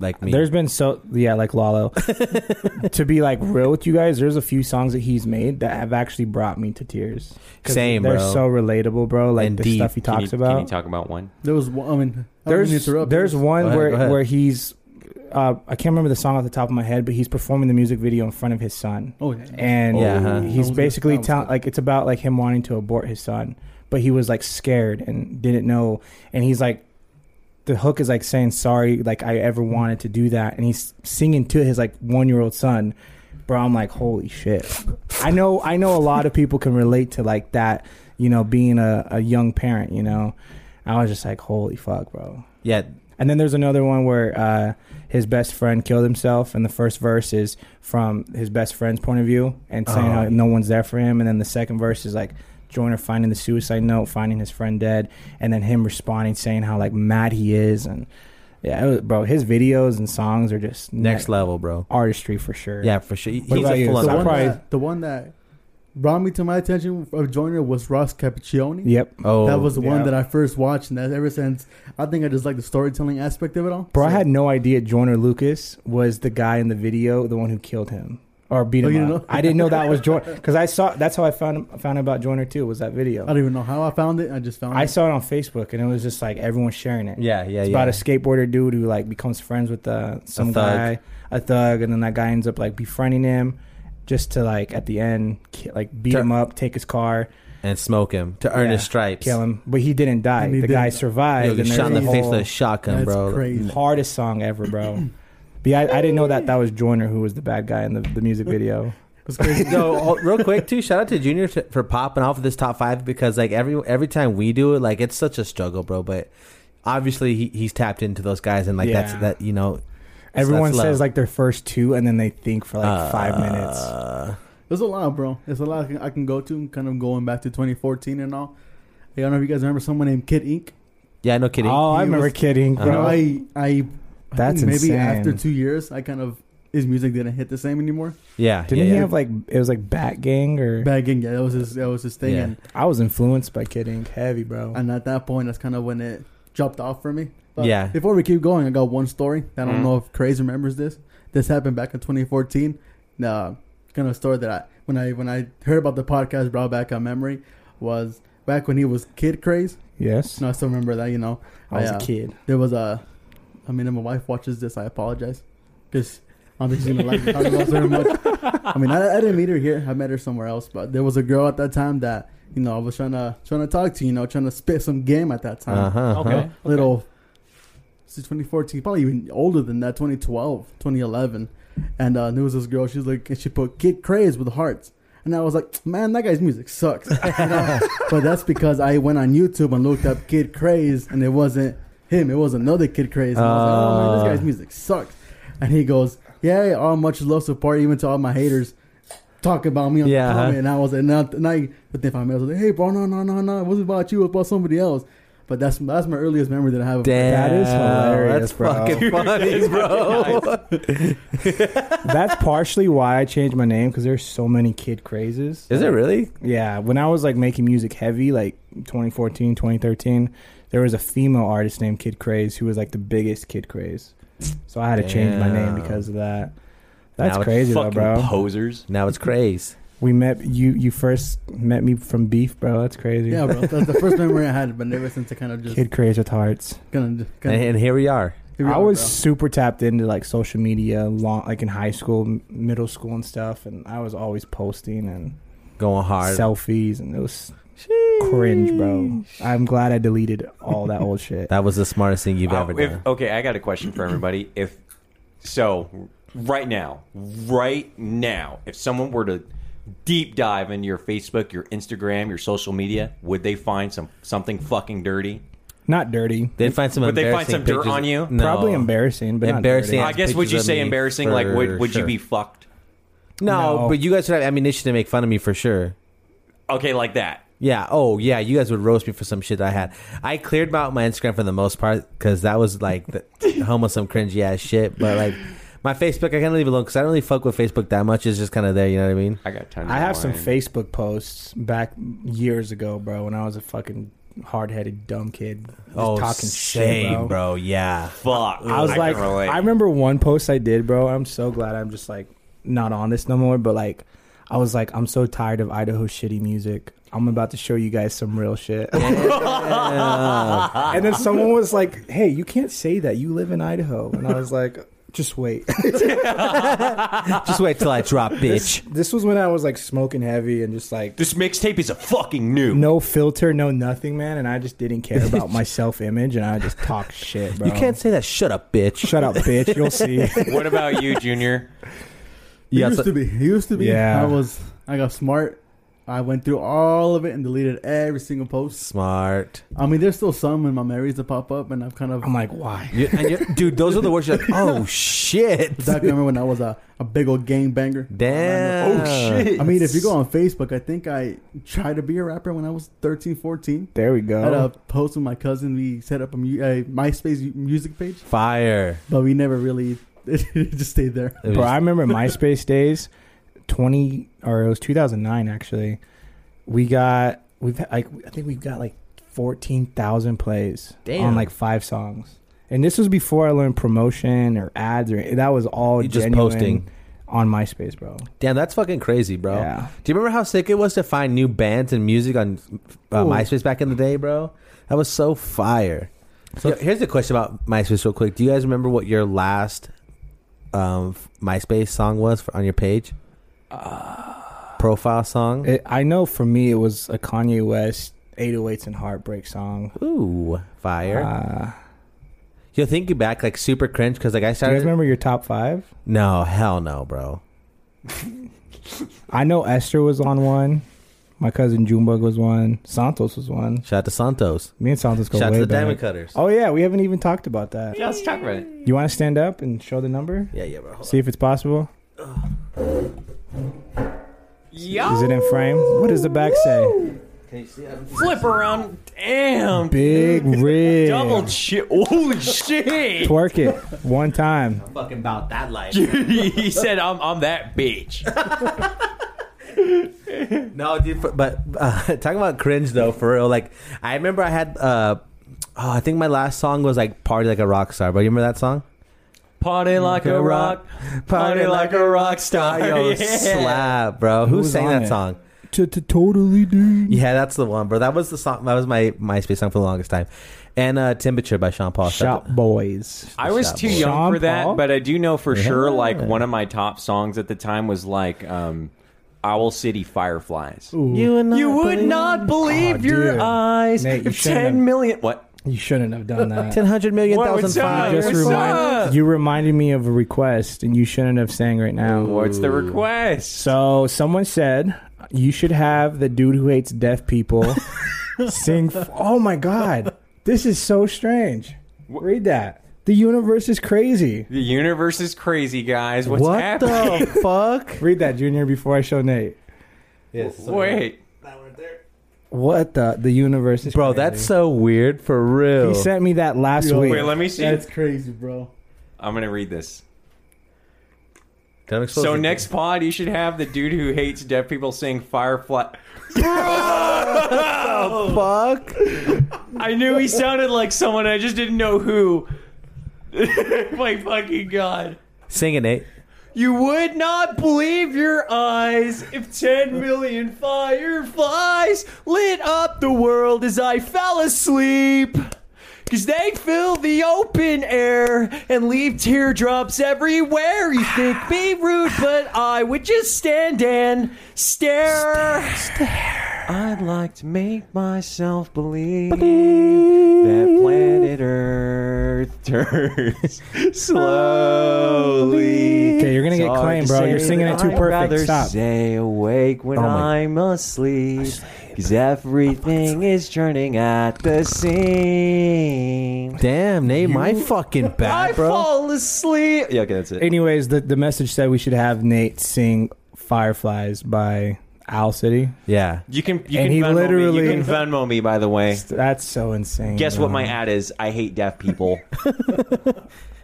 S2: Like me.
S1: There's been so yeah, like Lalo. to be like real with you guys, there's a few songs that he's made that have actually brought me to tears. 'Cause
S2: Same,
S1: They're
S2: bro.
S1: so relatable, bro. Like
S2: And
S1: the
S2: deep.
S1: stuff he
S3: Can
S1: talks
S3: you- Can you
S1: about.
S3: talk about one?
S4: There was one. I mean, I don't mean to
S1: there's
S4: interrupt.
S1: there's one
S2: Go ahead,
S1: where
S2: go ahead.
S1: where he's uh, I can't remember the song off the top of my head, but he's performing the music video in front of his son.
S4: Oh, yeah.
S1: and
S2: Yeah, huh.
S4: That was
S1: he's
S4: good.
S1: basically
S4: That was
S1: tell-
S4: good.
S1: like it's about like him wanting to abort his son, but he was like scared and didn't know, and he's like, the hook is like saying sorry, like I ever wanted to do that, and he's singing to his like one year old son. Bro, I'm like, holy shit. I know, I know, a lot of people can relate to like that, you know, being a, a young parent. You know, I was just like, holy fuck, bro.
S2: yeah.
S1: And then there's another one where uh, his best friend killed himself, and the first verse is from his best friend's point of view and saying
S2: Oh.
S1: how no one's there for him. And then the second verse is like Joyner finding the suicide note, finding his friend dead, and then him responding saying how like mad he is. And yeah, it was, bro, his videos and songs are just
S2: Next
S1: ne-
S2: level, bro.
S1: artistry for sure.
S2: Yeah, for sure. He-
S1: What
S2: He's
S1: about
S2: a
S1: you?
S2: full
S1: So
S4: the
S2: on.
S4: one,
S1: probably-
S4: that, the one that brought me to my attention of Joyner was Ross Cappuccioni.
S1: Yep.
S2: Oh,
S4: that was the one
S1: yeah.
S4: that I first watched, and that ever since I think I just like the storytelling aspect of it all.
S1: Bro, I
S4: So-
S1: had no idea Joyner Lucas was the guy in the video, the one who killed him or beat
S4: Oh,
S1: him
S4: you
S1: up.
S4: didn't know?
S1: I didn't know that was Joyner because I saw that's how I found found out about Joyner too was that video.
S4: I don't even know how I found it. I just found
S1: I
S4: it.
S1: saw it on Facebook, and it was just like everyone sharing it.
S2: Yeah, yeah,
S1: it's
S2: yeah.
S1: about a skateboarder dude who like becomes friends with uh, some
S2: thug.
S1: guy, a thug, and then that guy ends up like befriending him, just to like at the end ki- like beat
S2: Tur-
S1: him up, take his car,
S2: and and smoke him to earn his stripes.
S1: Kill him, but he didn't die.
S2: And he
S1: the
S2: didn't
S1: guy
S2: die.
S1: survived.
S2: Yo, he
S1: and
S2: shot in the
S1: there's a
S2: face with
S1: whole-
S2: a shotgun, That's bro. crazy.
S1: Hardest song ever, bro. but yeah, I, I didn't know that that was Joyner who was the bad guy in the, the music video.
S2: no, oh, real quick too. Shout out to Junior t- for popping off this top five because like every every time we do it, like it's such a struggle, bro. But obviously he, he's tapped into those guys, and like
S1: Yeah.
S2: that's that you know. so
S1: Everyone
S2: that's love.
S1: says like their first two, and then they think for like five
S2: Uh,
S1: minutes.
S4: There's a lot, bro. There's a lot I can, I can go to. Kind of going back to 2014 and all. I don't know if you guys remember someone named Kid Ink.
S2: Yeah, I know Kid Ink.
S1: Oh, I remember Kid Ink,
S2: Uh-huh.
S1: bro.
S4: I, I, I
S1: That's
S4: think maybe
S1: insane.
S4: after two years, I kind of his music didn't hit the same anymore.
S2: Yeah,
S1: Didn't he have like it was like Bat Gang or
S4: Bat Gang? Yeah, that was his. That was his thing. And,
S1: I was influenced by Kid Ink heavy, bro.
S4: and at that point, that's kind of when it dropped off for me.
S1: Yeah.
S4: Before we keep going, I got one story. I don't
S1: Mhm.
S4: know if Craze remembers this. This happened back in 2014. Nah, kind of story that I when I when I heard about the podcast brought back a memory was back when he was Kid Craze.
S1: Yes.
S4: No, I still remember that. You know, uh,
S1: I was a kid.
S4: There was a. I mean, if my wife watches this, I apologize because I'm just gonna like talking about so much. I mean, I, I didn't meet her here. I met her somewhere else. But there was a girl at that time that you know I was trying to trying to talk to. You know, trying to spit some game at that time.
S2: Uh-huh, Okay, uh-huh.
S4: Little. Since 2014, probably even older than that. 2012, 2011, and uh, there was this girl. She's like, and she put "Kid Craze" with hearts, and I was like, man, that guy's music sucks. You know? but that's because I went on YouTube and looked up Kid Craze, and it wasn't him. It was another Kid Craze. And I was like, oh man,
S2: Uh.
S4: this guy's music sucks. And he goes, yeah, all much love, support, even to all my haters. Talk about me on
S2: Yeah,
S4: the
S2: huh?
S4: comment, and I was and I, and I but then I was like, "Hey, bro, no, no, no, no, it wasn't about you, it was about somebody else." But that's that's my earliest memory that I have. Of
S2: Damn,
S1: That is hilarious,
S2: that's
S1: bro.
S2: fucking funny, bro.
S1: That's partially why I changed my name because there's so many kid crazes.
S2: Is it really?
S1: Yeah. When I was like making music heavy, like 2014, 2013, there was a female artist named Kid Craze who was like the biggest Kid Craze. So I had to change my name
S2: Damn.
S1: because of that.
S2: Now
S1: That's
S2: it's
S1: crazy, though,
S2: fucking
S1: bro.
S3: Posers.
S2: Now it's craze.
S1: We met you. You first met me from Beef, bro. That's crazy.
S4: Yeah, bro, that's the first memory I had. But ever since I kind of just
S1: Kid Craze with hearts.
S4: kind of
S2: And, and here we are.
S1: I was super tapped into like social media, long, like in high school, m- middle school, and stuff, and I was always posting and
S2: going hard.
S1: selfies, and it was cringe, bro. I'm glad I deleted all that old shit.
S2: That was the smartest thing you've
S3: Uh,
S2: ever
S3: if-
S2: done.
S3: okay, I got a question for everybody. If so, right now, right now, if someone were to deep dive into your Facebook, your Instagram, your social media, would they find some something fucking dirty?
S1: Not dirty.
S2: They'd find some
S3: Would they find
S2: embarrassing
S3: some dirt
S2: pictures-
S3: on you?
S2: No.
S1: Probably embarrassing, but
S2: Embarrassing
S1: Not
S3: I
S1: dirty.
S3: guess would you
S2: pictures of
S3: say
S2: me
S3: embarrassing?
S2: for
S3: Like, would would you
S2: sure.
S3: be fucked?
S2: No,
S3: No.
S2: but you guys would have ammunition to make fun of me for sure.
S3: Okay, like that.
S2: Yeah. Oh, yeah. You guys would roast me for some shit that I had. I cleared out my Instagram for the most part because that was like the home of some cringy ass shit. But like my Facebook, I kind of leave it alone because I don't really fuck with Facebook that much. It's just kind of there. You know what I mean?
S3: I got time.
S1: I have some Facebook posts back years ago, bro, when I was a fucking hard headed dumb kid. Just
S2: Oh,
S1: talking shit,
S2: same,
S1: bro.
S2: bro. Yeah.
S3: Fuck.
S1: I was
S3: can
S1: like,
S3: relate.
S1: I remember one post I did, bro. I'm so glad I'm just like not on this no more. But like, I was like, I'm so tired of Idaho shitty music. I'm about to show you guys some real shit. and then someone was like, Hey, you can't say that. You live in Idaho. And I was like, Just wait.
S2: Just wait till I drop, bitch.
S1: this was when I was like smoking heavy and just like
S3: this mixtape is a fucking new.
S1: no filter, no nothing, man. And I just didn't care about my self image and I just talk shit, bro.
S2: You can't say that. Shut up, bitch.
S1: Shut up, bitch. You'll see.
S3: What about you, Junior?
S4: It
S2: Yeah,
S4: used
S2: so-
S4: to be. It used to be.
S2: Yeah.
S4: I was. I got smart. I went through all of it and deleted every single post.
S2: Smart.
S4: I mean, there's still some in my memories that pop up, and I've kind of.
S1: I'm like, why?
S2: You- and you- dude, those are the words. You're like, oh shit.
S4: Zach, remember when I was a, a big old gang banger?
S2: Damn. Oh, shit.
S4: I mean, if you go on Facebook, I think I tried to be a rapper when I was 13, 14.
S1: There we
S4: I had a
S1: go.
S4: post with my cousin. We set up a, mu- a MySpace music page,
S2: Fire.
S4: but we never really. It just stayed there.
S2: It
S1: Bro,
S2: was-
S1: I remember MySpace days, twenty or it was two thousand nine actually. We got we've had, like I think we've got like fourteen thousand plays on
S2: Damn.
S1: like five songs, and this was before I learned promotion or ads or that was all
S2: You just
S1: genuine
S2: posting.
S1: on MySpace, bro.
S2: Damn, that's fucking crazy, bro.
S1: Yeah.
S2: Do you remember how sick it was to find new bands and music on uh,
S1: Ooh.
S2: MySpace back in the day, bro? That was so fire. So here's the question about MySpace, real quick. Do you guys remember what your last um, MySpace song was for, on your page? profile song?
S1: Uh, It, I know for me, it was a Kanye West 808s and Heartbreak song.
S2: Ooh, fire. You'll think you back like super cringe because like I
S1: Uh, Do you
S2: started.
S1: guys remember your top five?
S2: no, hell no, bro.
S1: I know Esther was on one. My cousin Junebug was one. Santos was one.
S2: Shout out to Santos.
S1: Me and Santos go
S2: Shout out
S1: way
S2: to the
S1: back.
S2: Diamond Cutters.
S1: Oh yeah, we haven't even talked about that.
S3: Yeah, let's talk about it.
S1: You want to stand up and show the number?
S2: Yeah, yeah, bro. Hold
S1: See if it's possible.
S3: Yo.
S1: Is it in frame? What does the back say?
S2: Can you see
S3: Flip around. Damn.
S1: Big rig.
S3: Double shit. Holy shit.
S1: Twerk it one time.
S2: Fucking about that life.
S3: he said, I'm, I'm that bitch.
S2: No, dude, for- but uh, talking about cringe though, for real. Like, I remember I had, uh, oh, I think my last song was like "Party Like a Rock Star." But you remember that song?
S3: Party like a rock. Party like a rock star.
S2: Yo,
S3: Yeah.
S2: slap, bro. Who,
S1: was
S2: sang
S1: on
S2: that
S1: it?
S2: song?
S1: To to totally dude.
S2: Yeah, that's the one, bro. That was the song. That was my MySpace song for the longest time. And uh, "Temperature" by Sean Paul.
S1: Shop boys.
S3: I was
S2: Shot
S3: too
S2: boy.
S3: young
S1: Sean
S3: for that,
S1: Paul?
S3: but I do know for sure. Like one of my top songs at the time was like um, "Owl City Fireflies."
S2: You and
S3: You would not believe
S1: Oh,
S3: your
S1: dude.
S3: eyes
S1: Nate, you
S3: if
S1: shouldn't have-
S3: ten million. What?
S1: You shouldn't have done that.
S2: ten hundred million
S3: What,
S2: thousand
S3: what's up?
S2: five.
S1: Just
S3: What's
S1: remind,
S3: up?
S1: you reminded me of a request, and you shouldn't have sang right now.
S3: What's the request?
S1: So someone said you should have the dude who hates deaf people sing. F- oh my god, this is so strange. Read that. The universe is crazy.
S3: The universe is crazy, guys. What's
S2: What
S3: happening?
S2: the fuck?
S1: Read that, Junior, before I show Nate.
S3: Wait,
S1: What the? The universe is
S2: Bro,
S1: crazy.
S2: that's so weird for real.
S1: He sent me that last
S2: Oh,
S4: Yo,
S1: week.
S3: wait. Let me see.
S4: That's crazy, bro.
S3: I'm gonna read this.
S2: Don't expose
S3: So
S2: me.
S3: next pod, you should have the dude who hates deaf people sing "Firefly."
S2: fuck.
S3: I knew he sounded like someone. I just didn't know who. my fucking god.
S2: Sing it, Nate.
S3: You would not believe your eyes if 10 million fireflies lit up the world as I fell asleep. Cause they fill the open air and leave teardrops everywhere. You think me rude, but I would just stand and stare. I'd like to make myself believe, that planet Earth turns slowly.
S1: Okay, you're gonna
S3: It's
S1: get
S3: hard
S1: claimed,
S3: to
S1: bro.
S3: say
S1: You're singing
S3: that
S1: it too
S3: I'd
S1: perfect.
S3: rather
S1: Stop.
S3: Stay awake when
S2: Oh my-
S3: I'm asleep, because everything is turning at the seam.
S2: Damn, Nate, my fucking
S3: I
S2: bad, bro.
S3: fall asleep. Yeah, okay, that's it.
S1: Anyways, the, the message said we should have Nate sing Fireflies by Owl City.
S2: Yeah.
S3: You can, you
S1: And
S3: can
S1: he
S3: Venmo
S1: literally-
S3: me. You can Venmo me, by the way.
S1: That's so insane.
S3: Guess what
S1: bro.
S3: my ad is? I hate deaf people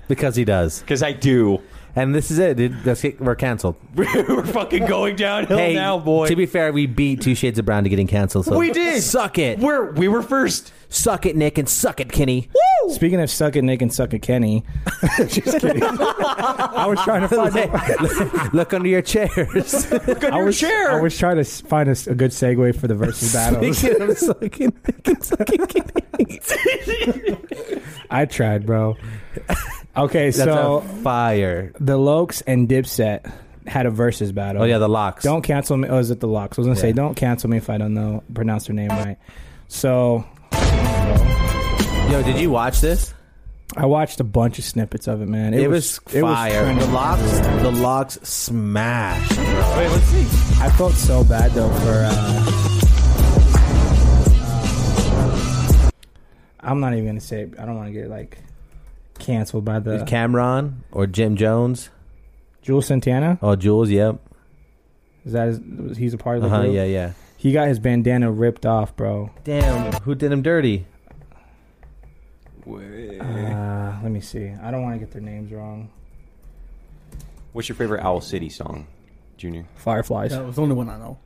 S2: Because he does.
S3: because I do.
S2: And this is it, dude. That's it. We're canceled.
S3: We're fucking going downhill now, boy.
S2: To be fair, we beat Two Shades of Brown to getting canceled. So
S3: We did.
S2: Suck it.
S3: We're we were first.
S2: suck it, Nick, and suck it, Kenny.
S1: Speaking of suck at Nick and suck at Kenny, just kidding. I was trying to find. a-
S2: Look under your chairs.
S3: Look on
S1: I
S3: your
S1: was,
S3: chair.
S1: I was trying to s- find a, s- a good segue for the versus battles.
S2: Speaking of sucking, Nick and sucking Kenny.
S1: I tried, bro. Okay,
S2: That's
S1: so
S2: a fire.
S1: the Lokes and Dipset had a versus battle.
S2: Oh yeah, the locks.
S1: Don't cancel me. Oh, is it the locks? I was gonna say,
S2: Yeah.
S1: don't cancel me if I don't know pronounce their name right. So
S2: Yo, did you watch this?
S1: I watched a bunch of snippets of it, man.
S2: It, was, fire.
S1: trending.
S2: the locks. The locks smashed.
S3: Wait, let's see.
S1: I felt so bad though for. Uh, uh, I'm not even gonna say. it. I don't want to get like canceled by the
S2: Cameron or Jim Jones?
S1: Jules Santana.
S2: Oh, Jules. Yep.
S1: Is that his, he's a part of the
S2: Uh huh.
S1: group?
S2: Yeah. Yeah.
S1: He got his bandana ripped off, bro.
S2: Damn. Who did him dirty?
S1: Uh, let me see. I don't want to get their names wrong.
S3: What's your favorite Owl City song, Junior?
S1: Fireflies
S4: That was the only one I know.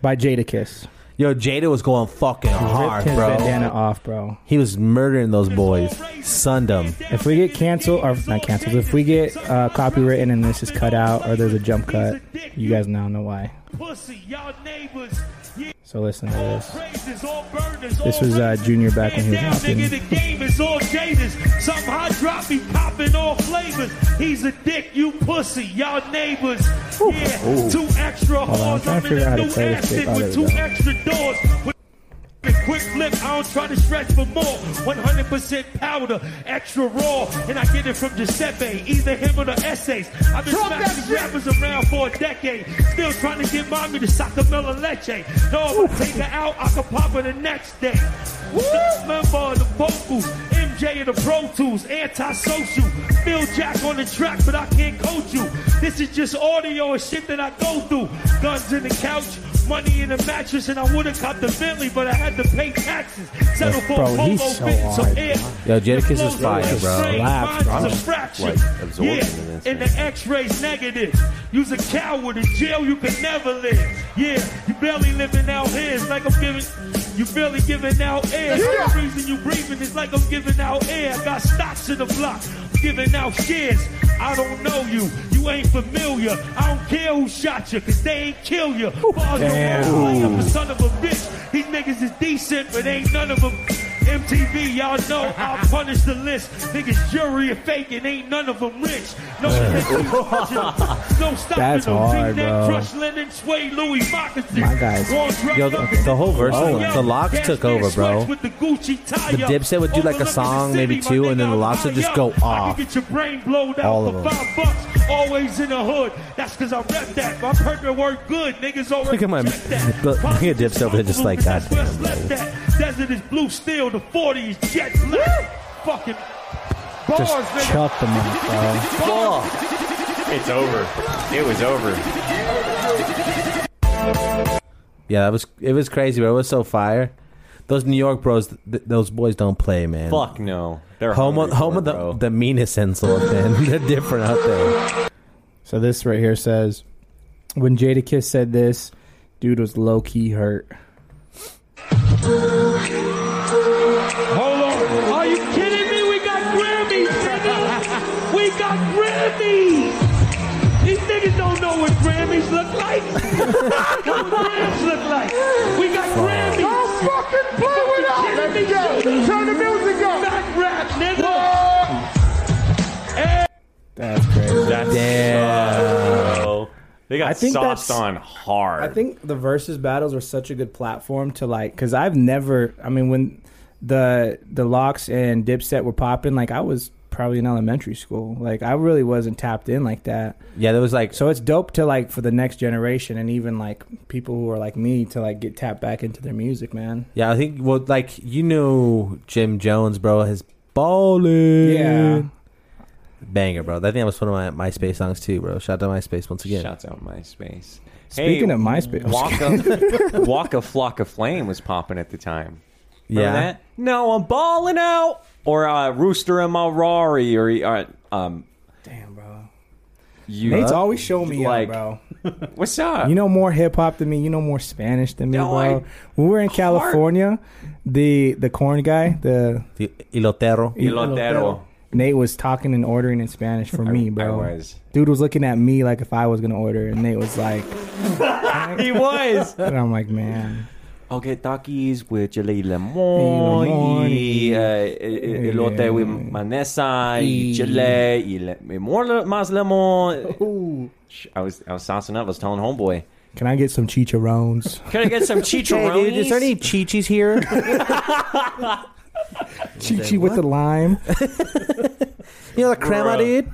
S1: by Jadakiss.
S2: Yo, Jada was going fucking hard,
S1: Ripped his
S2: bro.
S1: bandana off, bro.
S2: He was murdering those boys. Sunned them.
S1: If we get canceled, or not canceled, if we get uh, copywritten and this is cut out, or there's a jump cut, you guys now know why.
S12: Pussy, y'all neighbors. Yeah,
S1: So listen to
S12: all
S1: this.
S12: praises, all burners,
S1: This
S12: all
S1: was, uh,
S12: raisins.
S1: Junior back when he was
S12: Man down,
S1: rapping.
S12: nigga, the game is all jaders. Something hot drop me popping all flavors. He's a dick, you pussy, y'all neighbors. Yeah, two extra
S1: Hold on, I'm
S12: horns.
S1: trying
S12: I'm in
S1: to figure
S12: a
S1: out how to
S12: new
S1: play this
S12: acid
S1: shit. Oh,
S12: with
S1: there
S12: two
S1: we go.
S12: extra doors. With a quick flip, I don't try to stretch for more. 100% powder, extra raw, and I get it from Giuseppe, either him or the essays. I've been smashing rappers around for a decade, still trying to get mommy to Sacamella Leche. No, if I take her out, I can pop her the next day. Doug Limbaugh, the vocals, MJ of the Pro Tools, antisocial. Phil Jack on the track, but I can't coach you. This is just audio and shit that I go through. Guns in the couch, money in the mattress, and I would have copped the Bentley, but I had to pay taxes. Settle for a
S2: Bro, he's
S12: Volvo
S2: so
S12: fit,
S2: hard,
S12: air.
S2: Yo, Jadakiss is fire,
S12: Just
S2: bro.
S12: strange
S2: Relax, bro.
S12: minds is a
S2: I'm,
S12: fraction.
S2: like, absorbing
S12: yeah.
S2: in this
S12: And the x-rays negative. You's a coward in jail you can never live. Yeah, you barely living out here. It's like I'm giving, you barely giving out air.
S7: Yeah.
S12: The reason you breathing is like I'm giving out air. I got stocks in the block, giving out shares. I don't know you. You ain't familiar. I don't care who shot you, cause they ain't kill you. Bars don't
S7: Damn.
S12: roll, I'm
S7: Ooh.
S12: a son of a bitch. These niggas is decent, but ain't none of them. MTV, y'all know I'll punish the list. Niggas jury and faking, ain't none of them rich. No, no stopping
S2: That's
S12: them.
S2: hard,
S12: V-neck,
S2: bro.
S12: crushed linen, suede, Louis moccasins.
S2: My guys.
S12: Wrong drug
S2: Yo, the, the whole verse,
S12: Oh,
S2: the, the locks
S12: yeah.
S2: took over, bro.
S12: With the Gucci tie
S2: The Dipset would do like a song, maybe two, and then the locks would just go off.
S12: Get your brain blown out
S2: All
S12: for
S2: of them.
S12: five bucks. Always in the hood. That's because I rep that. My partner work good. Niggas already
S2: Look at my, look, look at Dipset over there, just like God damn, bro.
S12: that. Desert is blue steel. The 40 is jet black. Fucking bars, nigga.
S1: Just chuck them up, bro.
S3: It's over. It was over.
S2: Yeah, that was it was crazy, bro. It was so fire. Those New York bros, th- those boys don't play, man.
S3: Fuck no. They're
S2: home of,
S3: hungry
S2: home
S3: for
S2: of the, the meanest insult, man. They're different out there.
S1: So this right here says, when Jadakiss said this, dude was low key hurt.
S12: Hold on. Are you kidding me? We got Grammys, nigga. We got Grammys. These niggas don't know what Grammys look like. They know what Grammys look like. We got Grammys. Don't fucking blow it up. Let's go. Turn the music up. Back rap, nigga.
S1: That's crazy.
S3: That's
S2: Damn.
S3: so- They got
S1: I think
S3: sauced
S1: that's-
S3: on hard.
S1: I think the versus battles are such a good platform to like because I've never. I mean, when the the locks and Dipset were popping, like I was probably in elementary school. Like I really wasn't tapped in like that.
S2: Yeah, there was like
S1: so it's dope to like for the next generation and even like people who are like me to like get tapped back into their music, man.
S2: Yeah, I think well, like you know, Jim Jones, bro, his balling.
S1: Yeah.
S2: banger, bro. I think that was one of my MySpace songs too, bro. Shout out to MySpace once again.
S3: Shouts out MySpace.
S1: Speaking
S3: Hey,
S1: of MySpace,
S3: Walk a, Walk a Flock of Flame was popping at the time. Remember
S2: Yeah.
S3: that? No, I'm balling out. Or uh, Rooster and my Rari. Or, uh, um,
S1: Damn, bro.
S3: You,
S1: Nate's always showing me like,
S3: like,
S1: bro.
S3: What's up?
S1: You know more hip hop than me. You know more Spanish than me,
S3: No,
S1: bro.
S3: I-
S1: when we were in California, the the corn guy, the
S2: The Ilotero.
S3: Ilotero.
S1: Nate was talking and ordering in Spanish for me, bro.
S3: was.
S1: Dude was looking at me like if I was gonna order, and Nate was like,
S3: he was.
S1: and I'm like, man,
S3: I'll get Takis with Jelly
S1: Y limón,
S3: Lemon,
S1: y-
S3: y, eh, eh, elote with manesa, y,
S1: Y-
S3: chile, y, le, y more le- más lemon. I was I was saucing up. I was telling homeboy,
S1: can I get some chicharrones?
S3: can I get some chicharrones?
S2: Hey, dude, is there any chichis here?
S1: Chichi with the lime.
S2: you know the crema,
S1: Bruh.
S2: dude.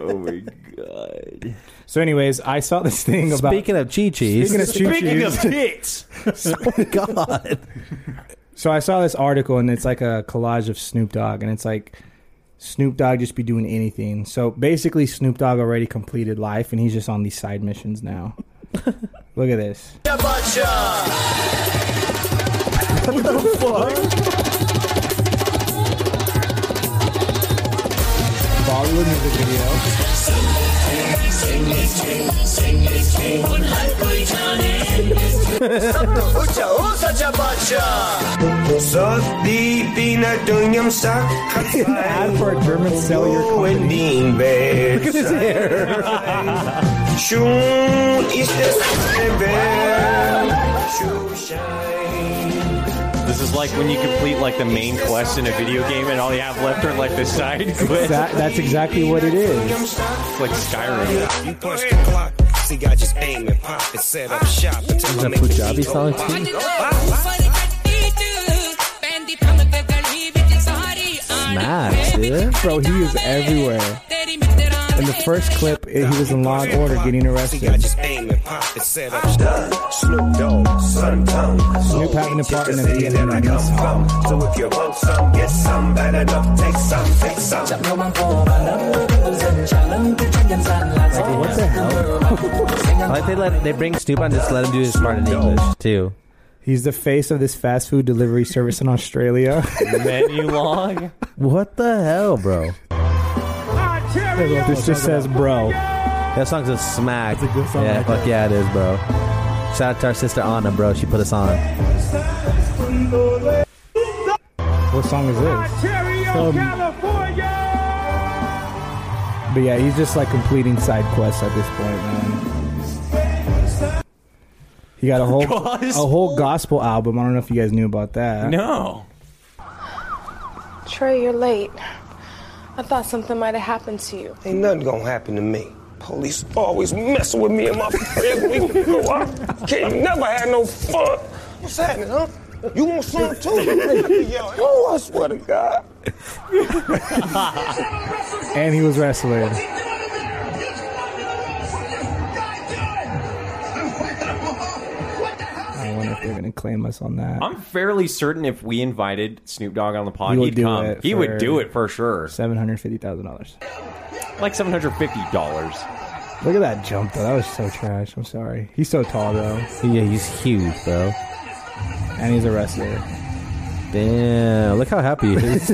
S3: oh my god!
S1: So, anyways, I saw this thing about
S2: Speaking of chichis,
S1: Speaking of
S3: Speaking of
S1: chichis.
S3: tits,
S2: oh god,
S1: So I saw this article and it's like a collage of Snoop Dogg and it's like Snoop Dogg just be doing anything. So basically Snoop Dogg already completed life and he's just on these side missions now. Look at this.
S7: What the fuck?
S1: Follow the music video.
S7: Ad
S1: for a German cellular
S7: company. Look
S2: at his hair.
S7: Schon ist es ein Bär. Schuh shine.
S2: this
S3: is like when you complete like the main quest in a video game and all you have left are like the side quests.
S1: Exact- that's exactly what it is.
S3: It's like Skyrim.
S13: You push the clock. See, I just aim and pop and set up shop until
S2: Is
S13: I
S2: that
S13: make the
S2: Punjabi
S13: beat go
S2: song
S13: pop.
S2: too?
S1: Max, dude. Bro, he is everywhere. In the first clip, he was in Law and Order getting
S13: See, I
S1: arrested.
S13: just aim and pop and set up shop. Snoop Dogg, Sun Tongue.
S1: Snoop having a part in the theater and I miss him.
S13: So if you want some, get some. Bad enough, take some, take some.
S2: What the hell? I like they let they bring Snoop on just let him do his part in English too.
S1: He's the face of this fast food delivery service in Australia.
S3: Menu long.
S2: What the hell, bro?
S1: This just says, bro.
S2: That song's a smack. That's a good
S1: song
S2: Yeah,
S1: right
S2: fuck yeah, it is, bro. Shout out to our sister Anna, bro. She put us on.
S1: What song is this? But yeah, he's just like completing side quests at this point, man. He got a whole a whole gospel album. I don't know if you guys knew about that.
S3: No.
S14: Trey, you're late. I thought something might have happened to you.
S13: Ain't nothing gonna happen to me. Police always messing with me and my friends. We can go out. Can't never have no fun. What's happening, huh? You want some too? oh, I swear to God.
S1: And he was wrestling. I wonder if they're gonna claim us on that.
S3: I'm fairly certain if we invited Snoop Dogg on the pod,
S1: He
S3: he
S1: would
S3: would
S1: do
S3: come.
S1: it
S3: he
S1: for-
S3: would do it for sure.
S1: Seven hundred fifty thousand dollars.
S3: Like seven hundred fifty dollars.
S1: Look at that jump though. That was so trash. I'm sorry. He's so tall though.
S2: Yeah, he's huge, bro.
S1: And he's a wrestler.
S2: Damn, look how happy he is.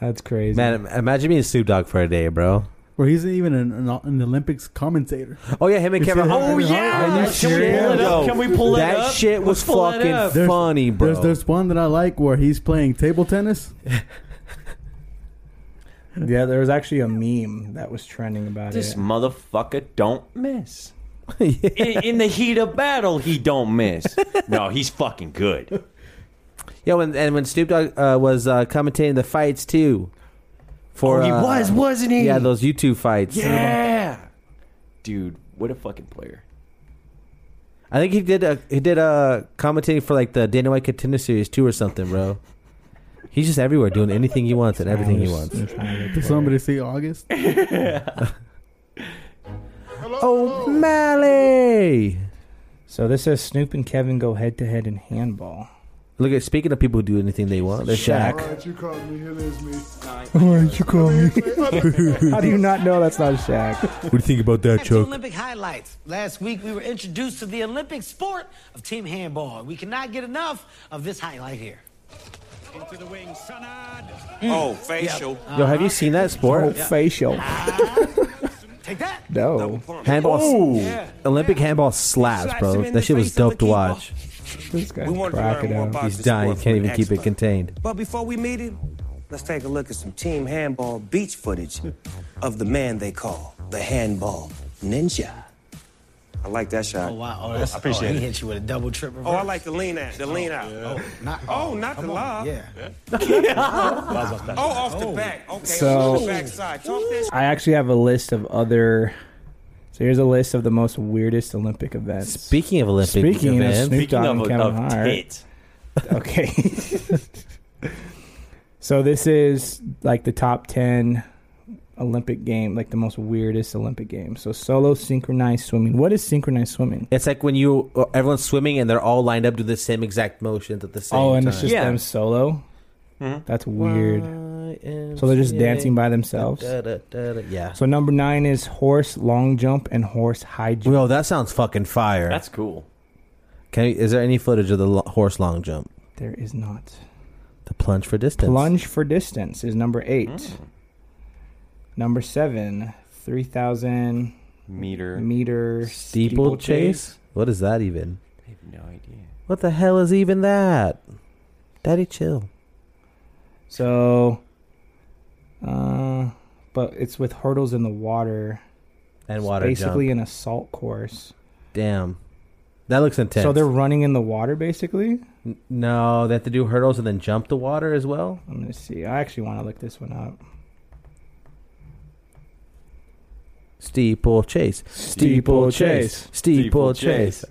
S1: That's crazy.
S2: Man, imagine being Snoop Dogg for a day, bro.
S4: Where he's even an, an, an Olympics commentator.
S2: Oh yeah, him and Kevin Hart.
S4: Oh, yeah.
S2: Are you
S4: Can we
S2: serious?
S4: pull it up?
S2: Yo,
S4: Can we pull it
S2: that
S4: up?
S2: shit was
S4: Let's pull it
S2: fucking
S4: up. There's-
S2: funny, bro.
S4: There's there's one that I like where he's playing table tennis.
S1: Yeah, there was actually a meme that was trending about
S3: This
S1: it.
S3: motherfucker don't miss. in, in the heat of battle, he don't miss. No, he's fucking good.
S2: Yo, and, and when Snoop Dogg uh, was uh, commentating the fights too, for
S3: Oh, he
S2: uh,
S3: was, wasn't he?
S2: Yeah, those YouTube fights.
S3: Yeah, dude, what a fucking player.
S2: I think he did a he did a commentating for like the Dana White contender series too or something, bro. He's just everywhere doing anything he wants and everything he wants.
S4: Did somebody see August?
S2: Oh, Mally.
S1: So this says Snoop and Kevin go head to head in handball.
S2: Look at speaking of people who do anything they want, there's Shaq.
S1: Shaq.
S10: you called me. Here is me.
S1: Why did you call me? How do you not know that's not Shaq? What
S2: do you think about
S15: Back to Olympic highlights. Last week, we were introduced to the Olympic sport of team handball. We cannot get enough of this highlight here. Into the wing, Sanad.
S13: Oh, facial.
S2: Yo, have you seen that sport?
S1: Oh, facial.
S15: Take that.
S1: No.
S2: Handball.
S1: Oh.
S2: Olympic handball slaps,
S15: Slaps him
S2: bro.
S15: in
S2: That
S15: the
S2: shit was
S15: face of
S2: dope to watch.
S1: This guy's
S2: He's dying. Can't even keep it contained.
S13: But before we meet him, let's take a look at some team handball beach footage of the man they call the handball ninja. I like that shot.
S15: Oh, wow. Oh, that's,
S13: I appreciate
S15: oh, He
S13: it.
S15: hit you with a double trip reverse.
S13: Oh, I like the lean out. The lean out. Oh,
S15: not,
S13: oh, not the lob.
S15: Yeah.
S13: oh, off the back. Okay. off the
S1: So
S13: back side. Talk this.
S1: I actually have a list of other. So here's a list of the most weirdest Olympic events.
S2: Speaking of Olympic
S1: Speaking
S2: events.
S1: of Snoop
S2: Speaking
S1: Dogg and
S2: of-
S1: Kevin
S2: of
S1: Hart.
S2: tit.
S1: Okay. so this is like the top ten Olympic game, like the most weirdest Olympic game. So solo synchronized swimming. What is synchronized swimming?
S2: It's like when you everyone's swimming and they're all lined up, do the same exact motions at the same time. Mm-hmm.
S1: oh, and it's just them solo. That's weird. So they're just dancing by themselves.
S2: Da-da-da-da. Yeah.
S1: So number nine is horse long jump and horse high jump.
S2: Bro, that sounds fucking fire.
S3: That's cool.
S2: Can is there any footage of the lo- horse long jump?
S1: There is not.
S2: The plunge for distance.
S1: Plunge for distance is number eight.
S2: Mm.
S1: Number seven, three thousand
S3: Meter.
S1: meter
S2: Steeple chase. What is that even?
S3: I have no idea.
S2: What the hell is even that? Daddy, chill.
S1: So, uh, but it's with hurdles in the water
S2: And
S1: It's
S2: water
S1: Basically, an assault course.
S2: Damn. That looks intense.
S1: So they're running in the water, basically.
S2: No, they have to do hurdles and then jump the water as well.
S1: Let me see. I actually want to look this one up.
S2: Steeple chase.
S1: Steeple chase. Steeple
S2: Steeple chase.
S1: chase.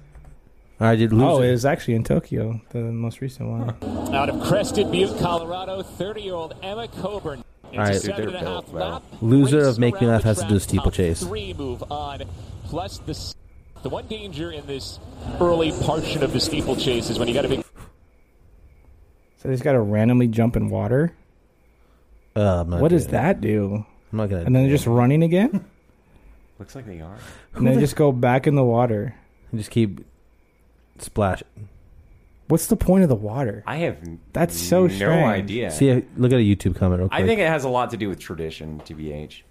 S2: All right, dude. Lose
S1: Oh,
S2: it.
S1: it was actually in Tokyo, the most recent one.
S16: Out of Crested Butte, Colorado, 30-year-old Emma Coburn.
S2: All right,
S16: Intercepted at half lap.
S2: loser of Make Me Laugh has to do steeplechase.
S16: Three move on. Plus the s- the one danger in this early portion of the steeplechase is when you got to be
S1: So they just got to randomly jump in water.
S2: Uh,
S1: what does
S2: doing
S1: that do?
S2: I'm not gonna.
S1: And then they're just running again.
S3: Looks like they are.
S1: and they
S2: the-
S1: just go back in the water.
S2: Just keep splash.
S1: What's the point of the water?
S3: I have
S1: That's so
S3: no
S1: strange.
S3: idea.
S2: See, uh, look at a YouTube comment real quick.
S3: I think it has a lot to do with tradition, TBH.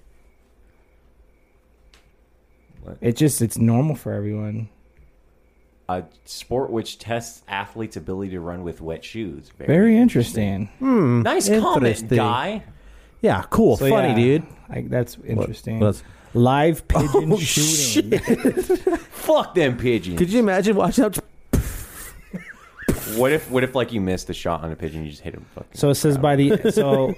S1: It just it's normal for everyone.
S3: A sport which tests athletes' ability to run with wet shoes.
S1: Very interesting.
S2: Hmm,
S3: nice comment,
S2: interesting.
S3: guy.
S2: Yeah, cool,
S1: So,
S2: funny,
S1: yeah,
S2: dude.
S1: I, that's interesting.
S2: what's- Oh,
S1: Live pigeon shooting.
S3: Fuck them pigeons.
S2: Could you imagine watching out?
S3: What if what if like you missed the shot on a pigeon, you just hit him? Fucking.
S1: So it says by the so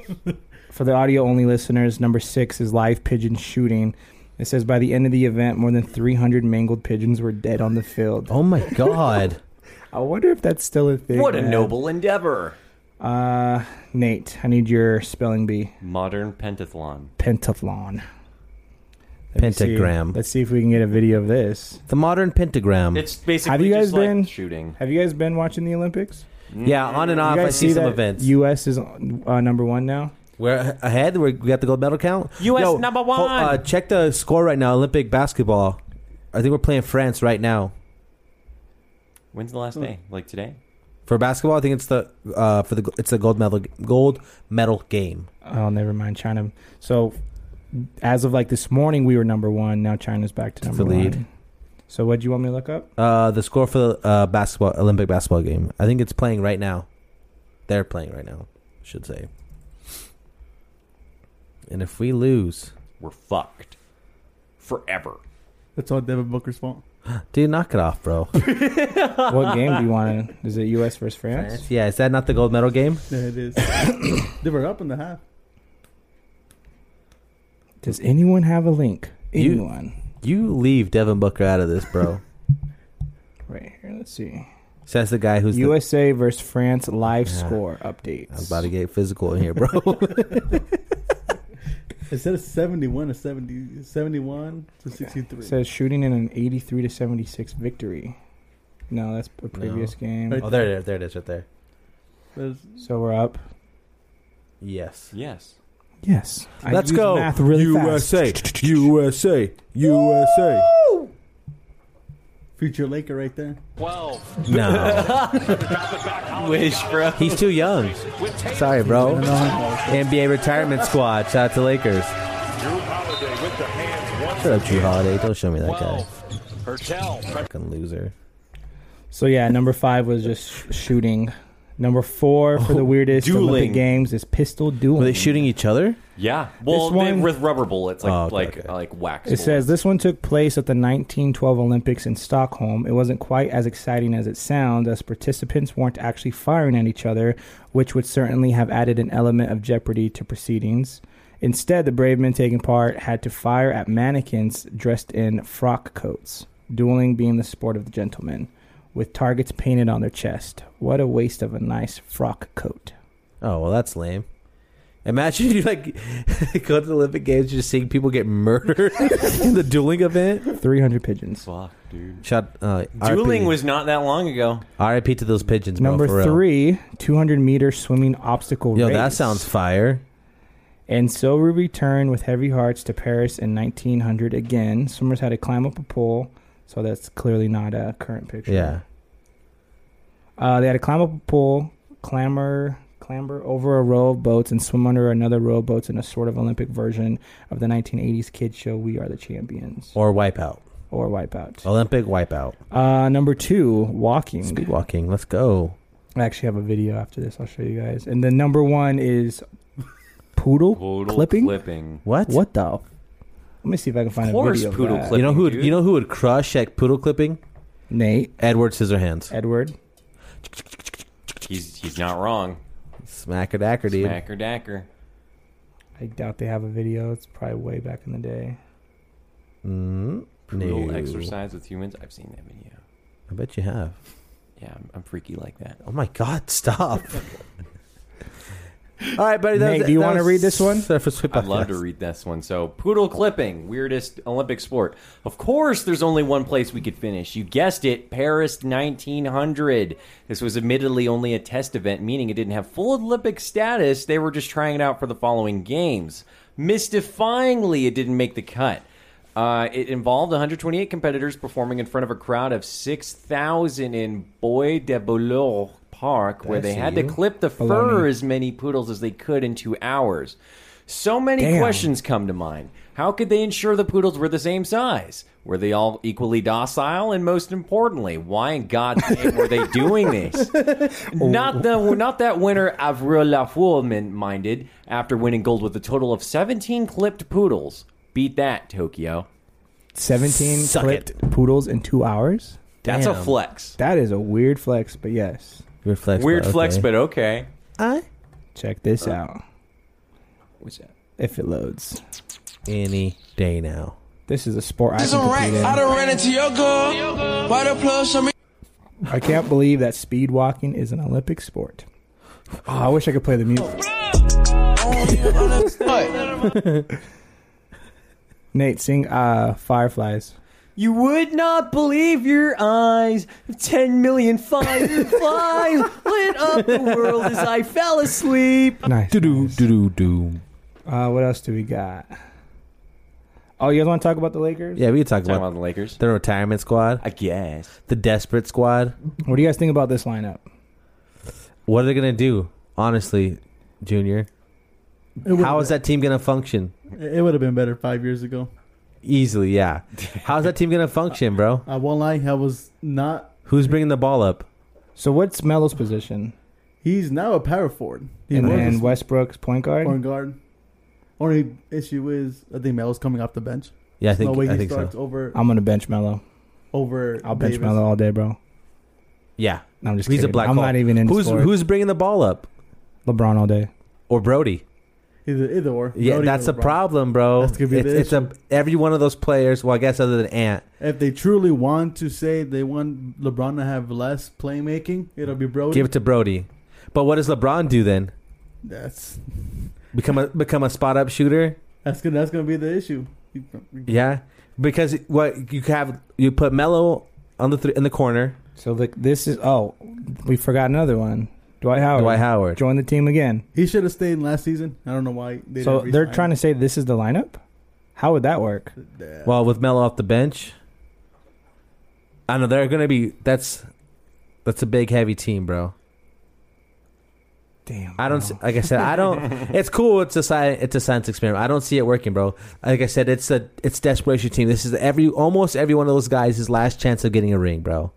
S1: for the audio only listeners, number six is live pigeon shooting. It says by the end of the event, more than 300 mangled pigeons were dead on the field.
S2: Oh my god!
S1: I wonder if that's still a thing.
S3: What a
S1: man.
S3: noble endeavor.
S1: Uh, Nate, I need your spelling bee.
S3: Modern pentathlon.
S1: Pentathlon. Let me see.
S2: Pentagram.
S1: Let's see if we can get a video of this.
S2: The modern pentagram.
S3: It's basically
S1: Have you guys
S3: just like
S1: been-
S3: shooting.
S1: Have you guys been watching the Olympics?
S2: Yeah, on and
S1: You
S2: off. I
S1: guys
S2: see some
S1: that
S2: events.
S1: U.S. is uh, number one now.
S2: We're ahead. We're, we got the gold medal count.
S1: US number
S2: hold-
S1: one.
S2: uh, check the score right now. Olympic basketball. I think we're playing France right now
S3: When's the
S1: Hmm.
S3: last day? Like today?
S2: for basketball. I think it's the uh, for the it's the gold medal gold medal game.
S1: Oh, never mind, China. So, as of like this morning, we were number one. Now China's back to
S2: It's
S1: number
S2: the lead.
S1: one. So, what do you want me to look up?
S2: Uh, the score for the uh, basketball Olympic basketball game. I think it's playing right now. They're playing right now. I Should say. And if we lose,
S3: we're fucked forever.
S4: That's all Devin Booker's fault.
S2: Dude, knock it off, bro.
S1: what game do you want? to... Is it U.S. versus France?
S2: yeah, is that not the gold medal game?
S4: Yeah, it is. they were up in the half.
S1: Does anyone have a link?
S2: You-
S1: Anyone?
S2: You leave Devin Booker out of this, bro.
S1: Right here. Let's see.
S2: Says the guy who's the-
S1: USA versus France live
S2: Yeah.
S1: score
S2: I was
S1: updates.
S2: about to get physical in here, bro.
S4: Instead of 71 to 70, 71 to 63.
S1: It says shooting in an 83 to 76 victory. No, that's a previous game.
S2: oh, there it is. There it is, right there.
S1: So we're up.
S2: Yes.
S3: Yes.
S1: Yes. I
S2: Let's
S1: use
S2: go.
S1: math really
S2: USA. USA. USA.
S4: Future Laker right there.
S16: 12.
S2: No.
S3: Wish, bro.
S2: He's too young. Sorry, bro. NBA retirement squad. Shout out to Lakers.
S16: Drew Holiday with the hands.
S2: Shut up, Drew Holiday. Don't show me that guy.
S16: Hertel.
S2: Fucking loser.
S1: So yeah, number five was just sh- shooting. Number four for the weirdest
S3: dueling.
S1: Olympic games is pistol dueling.
S2: Oh, Were they shooting each other?
S3: Yeah. Well,
S1: This
S3: they-
S1: one-
S3: with rubber bullets, like
S2: Oh, okay,
S3: like like wax.
S1: It says this one took place at the 1912 Olympics in Stockholm. It wasn't quite as exciting as it sounds, as participants weren't actually firing at each other, which would certainly have added an element of jeopardy to proceedings. Instead, the brave men taking part had to fire at mannequins dressed in frock coats, dueling being the sport of the gentlemen, with targets painted on their chest. What a waste of a nice frock coat.
S2: Oh, well, that's lame. Imagine you like go to the Olympic Games, just seeing people get murdered in the dueling event.
S1: 300 pigeons.
S3: Fuck, dude.
S2: Shut. Uh,
S3: Dueling
S2: RIP.
S3: was not that long ago.
S2: R.I.P. to those pigeons, bro.
S1: Number
S2: for real.
S1: three, 200 meter swimming obstacle
S2: Yo,
S1: race.
S2: that sounds fire.
S1: And so we return with heavy hearts to Paris in 1900 again. Swimmers had to climb up a pole, so that's clearly not a current picture.
S2: Yeah.
S1: Uh, they had to climb up a pole, clamber, clamber over a row of boats, and swim under another row of boats in a sort of Olympic version of the 1980s kids show "We Are the Champions"
S2: Or wipeout.
S1: or Wipeout.
S2: Olympic wipeout.
S1: Uh, number two, walking.
S2: Speed walking. Let's go.
S1: I actually have a video after this. I'll show you guys. And then number one is poodle,
S3: Poodle
S1: clipping.
S3: clipping.
S2: What?
S1: What the? Let me see if I can find a
S3: course
S1: video. of
S3: poodle
S1: that.
S2: you know who? Would, you know who would crush at poodle clipping?
S1: Nate.
S2: Edward Scissorhands.
S1: Edward.
S3: He's he's not wrong.
S2: Smacker dacker, dude.
S3: Smacker dacker.
S1: I doubt they have a video. It's probably way back in the day.
S2: Mm,
S3: Brutal
S2: no.
S3: exercise with humans. I've seen that video.
S2: I bet you have.
S3: Yeah, I'm, I'm freaky like that.
S2: Oh my God! Stop. All right, buddy. That
S1: Nate,
S2: was,
S1: do you
S2: that
S1: want to
S2: was
S1: read this one?
S2: Surface Whip
S3: I'd love to
S2: Podcast.
S3: read this one. So, poodle clipping, weirdest Olympic sport. Of course, there's only one place we could finish. You guessed it, Paris 1900. This was admittedly only a test event, meaning it didn't have full Olympic status. They were just trying it out for the following games. Mystifyingly, it didn't make the cut. Uh, it involved 128 competitors performing in front of a crowd of 6,000 in Bois de Boulogne Park, where
S2: That's
S3: they had
S2: you.
S3: to clip the fur
S2: Baloney.
S3: as many poodles as they could in two hours. So many
S2: Damn.
S3: questions come to mind. How could they ensure the poodles were the same size? Were they all equally docile? And most importantly, why in God's name were they doing this? Not the not that winner Avril Lafour min- minded after winning gold with a total of 17 clipped poodles. Beat that, Tokyo.
S1: 17
S3: Suck
S1: clipped poodles in two hours?
S3: That's a Damn. flex.
S1: That is a weird flex, but yes.
S2: Weird flex.
S3: Weird flex, but okay.
S2: I
S1: Check this out.
S3: What's that?
S1: If it loads.
S2: Any day now.
S1: This is a sport I
S6: This
S1: can
S6: all right.
S1: compete in.
S6: I done ran into your girl. Why the plus some
S1: I can't believe that speed walking is an Olympic sport. Oh, I wish I could play the music. Nate, sing uh, Fireflies.
S3: You would not believe your eyes. Ten million fireflies lit up the world as I fell asleep.
S1: Nice.
S2: Do do do do.
S1: Uh, what else do we got? Oh, you guys want to talk about the Lakers?
S2: Yeah, we could talk
S3: Talking
S2: about,
S3: about the Lakers.
S2: The retirement squad. I
S3: guess.
S2: The desperate squad.
S1: What do you guys think about this lineup?
S2: What are they gonna do? Honestly, Junior. How is that team gonna function?
S4: It would have been better five years ago.
S2: Easily, yeah. How's that team gonna function, bro?
S4: I won't lie, I was not.
S2: Who's bringing the ball up?
S1: So what's Melo's position?
S4: He's now a power forward. He
S1: and
S4: was
S1: then Westbrook's point
S4: a
S1: guard.
S4: point guard. Only issue is I think Melo's coming off the bench.
S1: Yeah, I
S4: There's
S1: think-
S4: no way
S1: I
S4: he
S1: think so.
S4: starts over.
S1: I'm gonna bench Melo.
S4: over.
S1: I'll bench
S4: Davis.
S1: Melo all day, bro.
S2: Yeah.
S1: No, I'm just
S2: He's a
S1: kidding.
S2: black
S1: I'm
S2: hole.
S1: not even in
S2: Who's
S1: sport.
S2: who's bringing the ball up?
S1: LeBron all day.
S2: Or Brody.
S4: Either, either or.
S2: Yeah,
S4: Brody
S2: that's
S4: or
S2: the
S4: LeBron.
S2: problem, bro.
S4: That's gonna be
S2: it's,
S4: the
S2: it's a every one of those players, well I guess other than Ant.
S4: If they truly want to say they want LeBron to have less playmaking, it'll be Brody.
S2: Give it to Brody. But what does LeBron do then?
S4: That's
S2: Become a become a spot up shooter?
S4: that's gonna that's gonna be the issue.
S2: Yeah. Because what you have you put Melo on the thr in the corner.
S1: So like this is oh we forgot another one. Dwight
S4: Oh,
S1: Howard.
S2: Dwight Howard.
S1: joined the team again.
S4: He should have stayed last season. I don't know why. They
S1: so
S4: didn't
S1: they're
S4: re-sign
S1: trying to say this is the lineup. How would that work?
S2: Well, with Melo off the bench, I know they're gonna be. That's that's a big heavy team, bro.
S1: Damn.
S2: I don't. see- Like I said, I don't. it's cool. It's a science. It's a science experiment. I don't see it working, bro. Like I said, it's a it's desperation team. This is every almost every one of those guys his last chance of getting a ring, bro.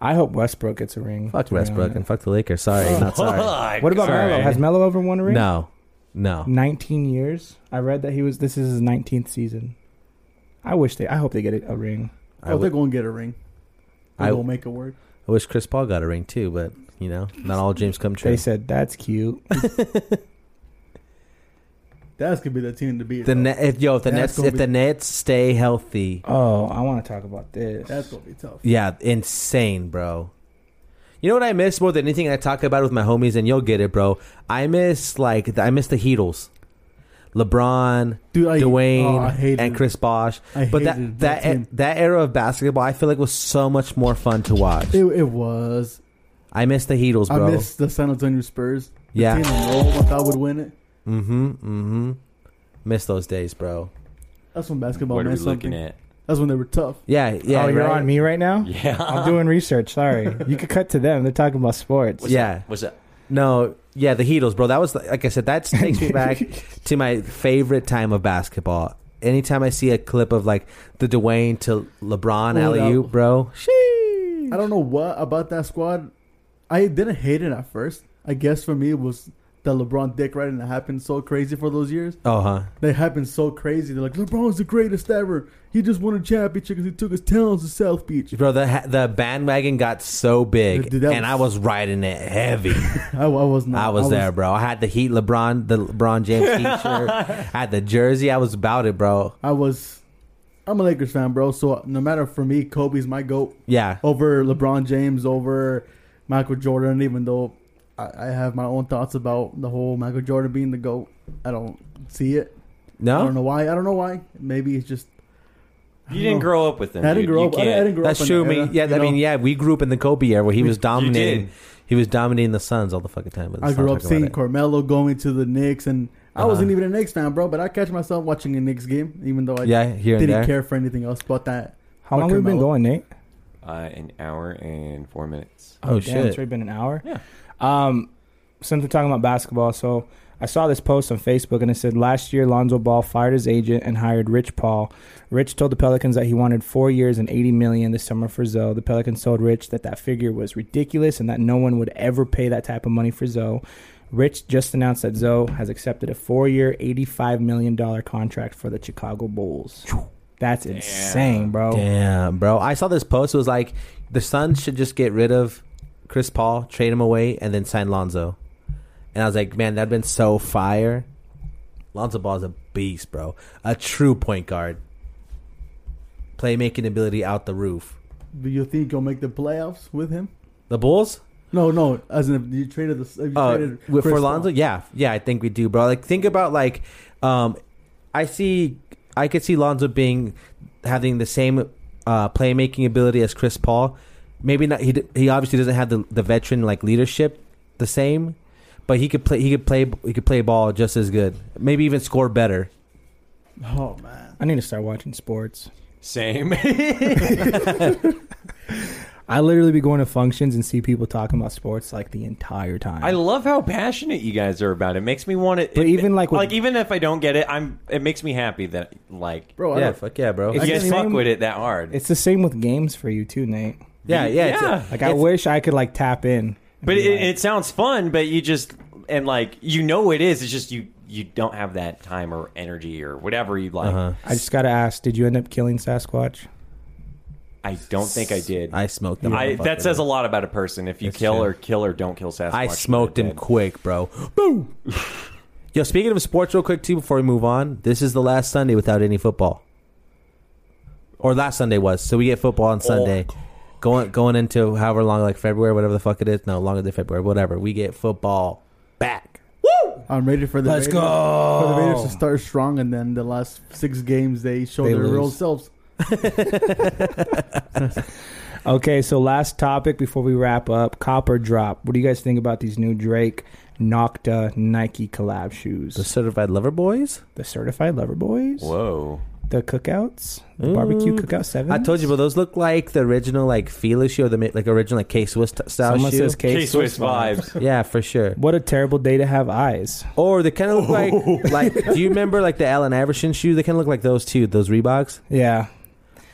S1: I hope Westbrook gets a ring.
S2: Fuck
S1: to be
S2: Westbrook
S1: honest.
S2: and fuck the Lakers. Sorry, not sorry.
S1: What about Melo? Has Melo ever won a ring?
S2: No, no.
S1: Nineteen years. I read that he was. This is his nineteenth season. I wish they. I hope they get a, a ring.
S4: Oh, they're gonna get a ring. They're
S2: I-
S4: gonna make it work.
S2: I wish Chris Paul got a ring too, but you know, not all dreams come true.
S1: They said that's cute.
S4: That's gonna be the team to beat.
S2: The
S4: though.
S2: net, if, yo, if the
S4: That's
S2: Nets,
S4: gonna
S2: if
S4: be-
S2: the Nets stay healthy,
S1: oh, I want to talk about this.
S4: That's gonna be tough.
S2: yeah, insane, bro. You know what I miss more than anything? I talk about with my homies, and you'll get it, bro. I miss like the, I miss the Heatles, LeBron,
S4: Dude, I- oh, I
S2: Dwayne,
S4: hated-
S2: and Chris Bosh.
S4: I
S2: but
S4: hated
S2: that that
S4: that
S2: that,
S4: team.
S2: era of basketball, I feel like was so much more fun to watch.
S4: It, it was.
S2: I miss the Heatles, bro.
S4: I miss the San Antonio Spurs. The
S2: Yeah.
S4: team in Rome, I thought would win it.
S2: mm-hmm, mm-hmm. Miss those days, bro.
S4: That's when basketball
S2: What are
S4: meant
S2: we looking
S4: something.
S2: at?
S4: That's when they were tough.
S2: Yeah, yeah.
S1: oh, you're
S2: right?
S1: on me right now.
S2: Yeah.
S1: I'm doing research. Sorry, you could cut to them. They're talking about sports.
S2: yeah.
S3: What's up?
S2: No, yeah, the Heatles, bro. That was like I said. That takes me back to my favorite time of basketball. Anytime I see a clip of like the Dwayne to LeBron
S4: Oh,
S2: alley oop,
S4: that-
S2: bro.
S4: I don't know what about that squad. I didn't hate it at first. I guess for me it was that LeBron dick riding that happened so crazy for those years.
S2: Oh, huh.
S4: They happened so crazy. They're like, LeBron's the greatest ever. He just won a championship because he took his talents to South Beach.
S2: Bro, the ha- the bandwagon got so big,
S4: Dude, that
S2: and I was riding it heavy.
S4: I, I was not.
S2: I was there, bro. I had the Heat LeBron, the LeBron James T-shirt. I had the jersey. I was about it, bro.
S4: I was. I'm a Lakers fan, bro. So no matter for me, Kobe's my goat.
S2: Yeah.
S4: Over LeBron James, over Michael Jordan. Even though I, I have my own thoughts about the whole Michael Jordan being the goat, I don't see it.
S2: No?
S4: I don't know why. I don't know why. Maybe it's just. I
S3: You
S4: don't
S3: didn't
S4: know.
S3: grow up with them.
S4: I didn't
S3: dude.
S4: grow
S3: You
S4: up. I, I
S3: can't.
S4: didn't grow
S2: That's
S4: up. in
S2: true.
S4: that
S2: Me,
S4: era,
S2: yeah.
S4: you
S2: I mean,
S4: know?
S2: yeah. We grew up in the Kobe era where he was dominating.
S4: did.
S2: He was dominating the Suns all the fucking time. but
S4: I
S2: let's not
S4: grew up
S2: talk about
S4: seeing
S2: it.
S4: Carmelo going to the Knicks, and I wasn't
S2: Uh-huh.
S4: even a Knicks fan, bro. But I catch myself watching a Knicks game, even though I
S2: Yeah, here and
S4: didn't
S2: there.
S4: care for anything else but that.
S1: How
S4: but
S1: long have we been
S4: Carmelo.
S1: going, Nate?
S3: Uh, an hour and four minutes.
S1: Oh, damn, It's already been an hour.
S3: Yeah.
S1: Um, since we're talking about basketball, so I saw this post on Facebook and it said last year Lonzo Ball fired his agent and hired Rich Paul. Rich told the Pelicans that he wanted four years and eighty million this summer for Zoe. The Pelicans told Rich that that figure was ridiculous and that no one would ever pay that type of money for Zoe. Rich just announced that Zoe has accepted a four-year, eighty-five million dollar contract for the Chicago Bulls. That's insane, bro.
S2: Damn, bro. I saw this post. It was like the Suns should just get rid of Chris Paul, trade him away, and then sign Lonzo. And I was like, man, that'd been so fire. Lonzo Ball's a beast, bro. A true point guard. Playmaking ability out the roof.
S4: Do you think you'll make the playoffs with him?
S2: The Bulls?
S4: No, no. As in, if you traded the. If you
S2: Uh,
S4: traded
S2: with,
S4: Chris
S2: for
S4: Paul.
S2: Lonzo, yeah, yeah, I think we do, bro. Like, think about like, um, I see, I could see Lonzo being having the same uh, playmaking ability as Chris Paul. Maybe not. He d- he obviously doesn't have the, the veteran like leadership the same, but he could play. He could play. He could play ball just as good. Maybe even score better.
S4: Oh man,
S1: I need to start watching sports.
S3: Same.
S1: I literally be going to functions and see people talking about sports like the entire time.
S3: I love how passionate you guys are about it. Makes me want to.
S1: But even like with-
S3: like even if I don't get it, I'm. It makes me happy that like
S1: Bro, I Yeah, don't-
S2: fuck yeah, bro.
S3: If
S1: I
S3: you guys
S1: can't
S3: fuck
S1: even-
S3: with it that hard,
S1: It's the same with games for you too, Nate.
S3: Yeah, yeah, it's- Yeah.
S1: like I
S3: it's-
S1: wish I could like tap in.
S3: but it, it sounds fun. But you just and like you know it is. It's just you you don't have that time or energy or whatever you like.
S1: I just gotta ask, did you end up killing Sasquatch?
S3: I don't think I did.
S2: I smoked them.
S3: I,
S2: motherfucker,
S3: that says a lot about a person if you kill or kill or don't kill Sasquatch.
S2: I smoked
S3: They're
S2: him
S3: dead.
S2: quick, bro. Boom. Yo, speaking of sports, real quick too, before we move on, this is the last Sunday without any football. Or last Sunday was, so we get football on Sunday. Going going into however long, like February, whatever the fuck it is. No, longer than February, whatever. We get football back.
S4: I'm ready for the
S2: Let's
S4: Raiders,
S1: Oh.
S2: go.
S4: for the Raiders to start strong, and then the last six games they show
S1: They
S4: their real
S1: lose.
S4: selves.
S1: Okay, so last topic before we wrap up, Copper Drop. What do you guys think about these new Drake Nocta Nike collab shoes? The
S2: certified lover boys?
S1: The certified lover boys?
S3: Whoa.
S1: The cookouts? The barbecue
S2: Ooh.
S1: cookout seven?
S2: Mm. I told you, but those look like the original, like Fila shoe, or the ma- like original, like K Swiss t- style
S1: Someone
S2: shoe.
S1: says K-Swiss K-Swiss vibes.
S2: yeah, for sure.
S1: What a terrible day to have eyes.
S2: Or they kind of look like, like. Do you remember like the Allen Iverson shoe? They kind of look like those too. Those Reeboks.
S1: Yeah.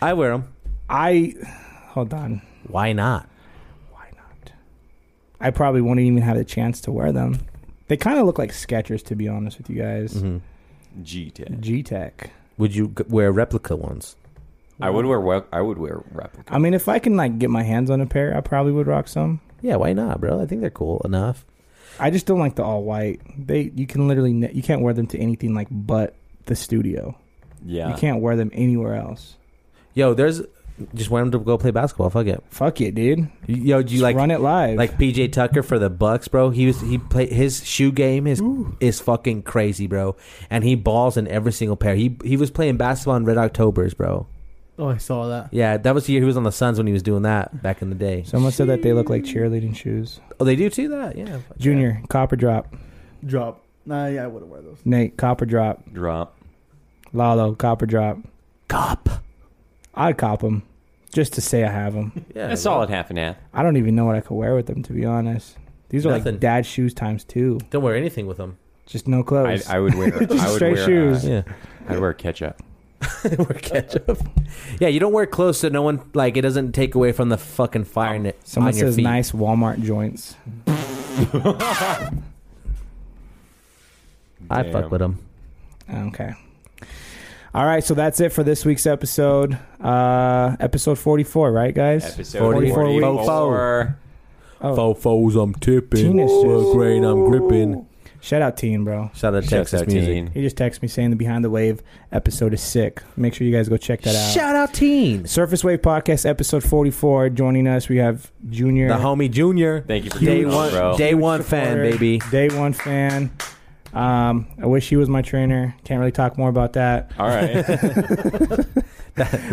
S2: I wear them.
S1: I hold on.
S2: Why not?
S1: I probably won't even have the chance to wear them. They kind of look like Skechers, to be honest with you guys.
S2: Mm-hmm.
S3: G Tech.
S1: G Tech.
S2: Would you g- wear replica ones?
S3: I would wear. wel- I would wear replica.
S1: I mean, if I can like get my hands on a pair, I probably would rock some.
S2: Yeah, why not, bro? I think they're cool enough.
S1: I just don't like the all white. They you can literally ne- you can't wear them to anything like but the studio.
S2: Yeah.
S1: you can't wear them anywhere else.
S2: Yo, there's just want them to go play basketball. Fuck it.
S1: Fuck it, dude.
S2: Yo, do you like
S1: run it live?
S2: Like PJ Tucker for the Bucks, bro. He was he play his shoe game is is fucking crazy, bro. And he balls in every single pair. He he was playing basketball in Red October's, bro.
S4: Oh, I saw that.
S2: Yeah, that was the year he was on the Suns when he was doing that back in the day.
S1: Someone said that they look like cheerleading shoes.
S2: Oh, they do too. That yeah.
S1: Junior copper drop.
S4: Drop. Nah, yeah, I wouldn't wear those.
S1: Nate copper drop.
S3: Drop.
S1: Lalo copper drop.
S2: Cop.
S1: I'd cop them just to say I have them.
S2: Yeah,
S3: a solid half and half.
S1: I don't even know what I could wear with them to be honest. These are
S2: Nothing.
S1: like dad shoes times two.
S2: Don't wear anything with them.
S1: Just no
S2: Oh,
S3: I,
S1: clothes.
S3: I would wear.
S1: Just
S3: I would
S1: straight
S3: wear, uh,
S1: shoes.
S3: I'd wear ketchup.
S2: Yeah, you don't wear clothes so no one like it doesn't take away from the fucking fire in it
S1: Someone
S2: on your
S1: says
S2: feet.
S1: nice Walmart joints.
S2: I
S1: Damn.
S2: fuck with him.
S1: Okay. All right, so that's it for this week's episode. Uh, episode 44, right, guys? Oh,
S2: Episode Oh,
S1: 44.
S2: Faux faux.
S1: Faux foes, I'm tipping.
S2: Faux grain, Oh, I'm gripping.
S1: Shout out Teen, bro.
S2: Shout out Texas Music.
S1: He just texted me saying the Behind the Wave episode is sick. Make sure you guys go check that out.
S2: Shout out Teen.
S1: Surface Wave Podcast, episode 44. Joining us, we have Junior.
S2: The homie Junior. Thank you day one, Day one fan, baby.
S1: Day one fan. Um, I wish he was my trainer. Can't really talk more about that.
S2: All right.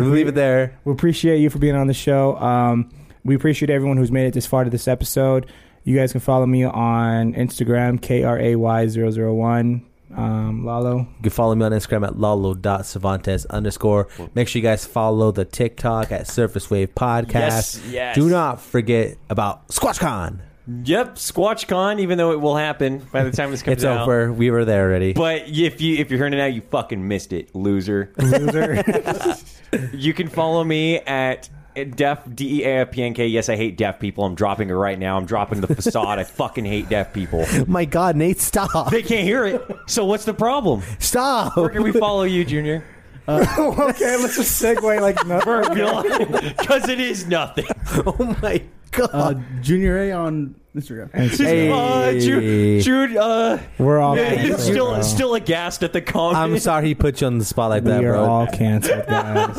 S2: Leave it there.
S1: We appreciate you for being on the show. Um, we appreciate everyone who's made it this far to this episode. You guys can follow me on Instagram, KRAY001. Um, Lalo.
S2: You can follow me on Instagram at lalo.cervantes underscore. Make sure you guys follow the TikTok at Surface Wave Podcast.
S3: Yes, yes.
S2: Do not forget about SquatchCon.
S3: Yep, SquatchCon. Even though it will happen by the time this comes
S2: It's
S3: out,
S2: over. We were there already.
S3: But if you if you're hearing it now, you fucking missed it, loser. you can follow me at Def D E A F P N K. Yes, I hate deaf people. I'm dropping it right now. I'm dropping the facade. I fucking hate deaf people.
S2: My God, Nate, stop.
S3: They can't hear it. So what's the problem?
S2: Stop.
S3: Where can we follow you, Junior?
S1: okay, let's just segue like
S3: Because it is nothing.
S2: Oh my god.
S4: Uh, Junior A on Instagram.
S1: Hey.
S3: Uh, Jude, Jude uh,
S1: We're all
S3: yeah,
S1: canceled,
S3: still
S1: bro.
S3: still aghast at the comment.
S2: I'm sorry he put you on the spot like that,
S1: we are
S2: bro.
S1: all canceled, guys.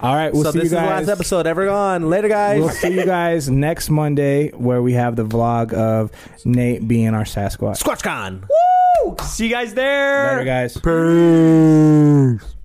S1: all right, we'll
S2: so
S1: see
S2: this
S1: you guys.
S2: is the last episode ever gone. Later, guys.
S1: We'll see you guys next Monday where we have the vlog of Nate being our Sasquatch.
S2: SquatchCon.
S3: Woo! See you guys there.
S1: Later, guys.
S2: Peace.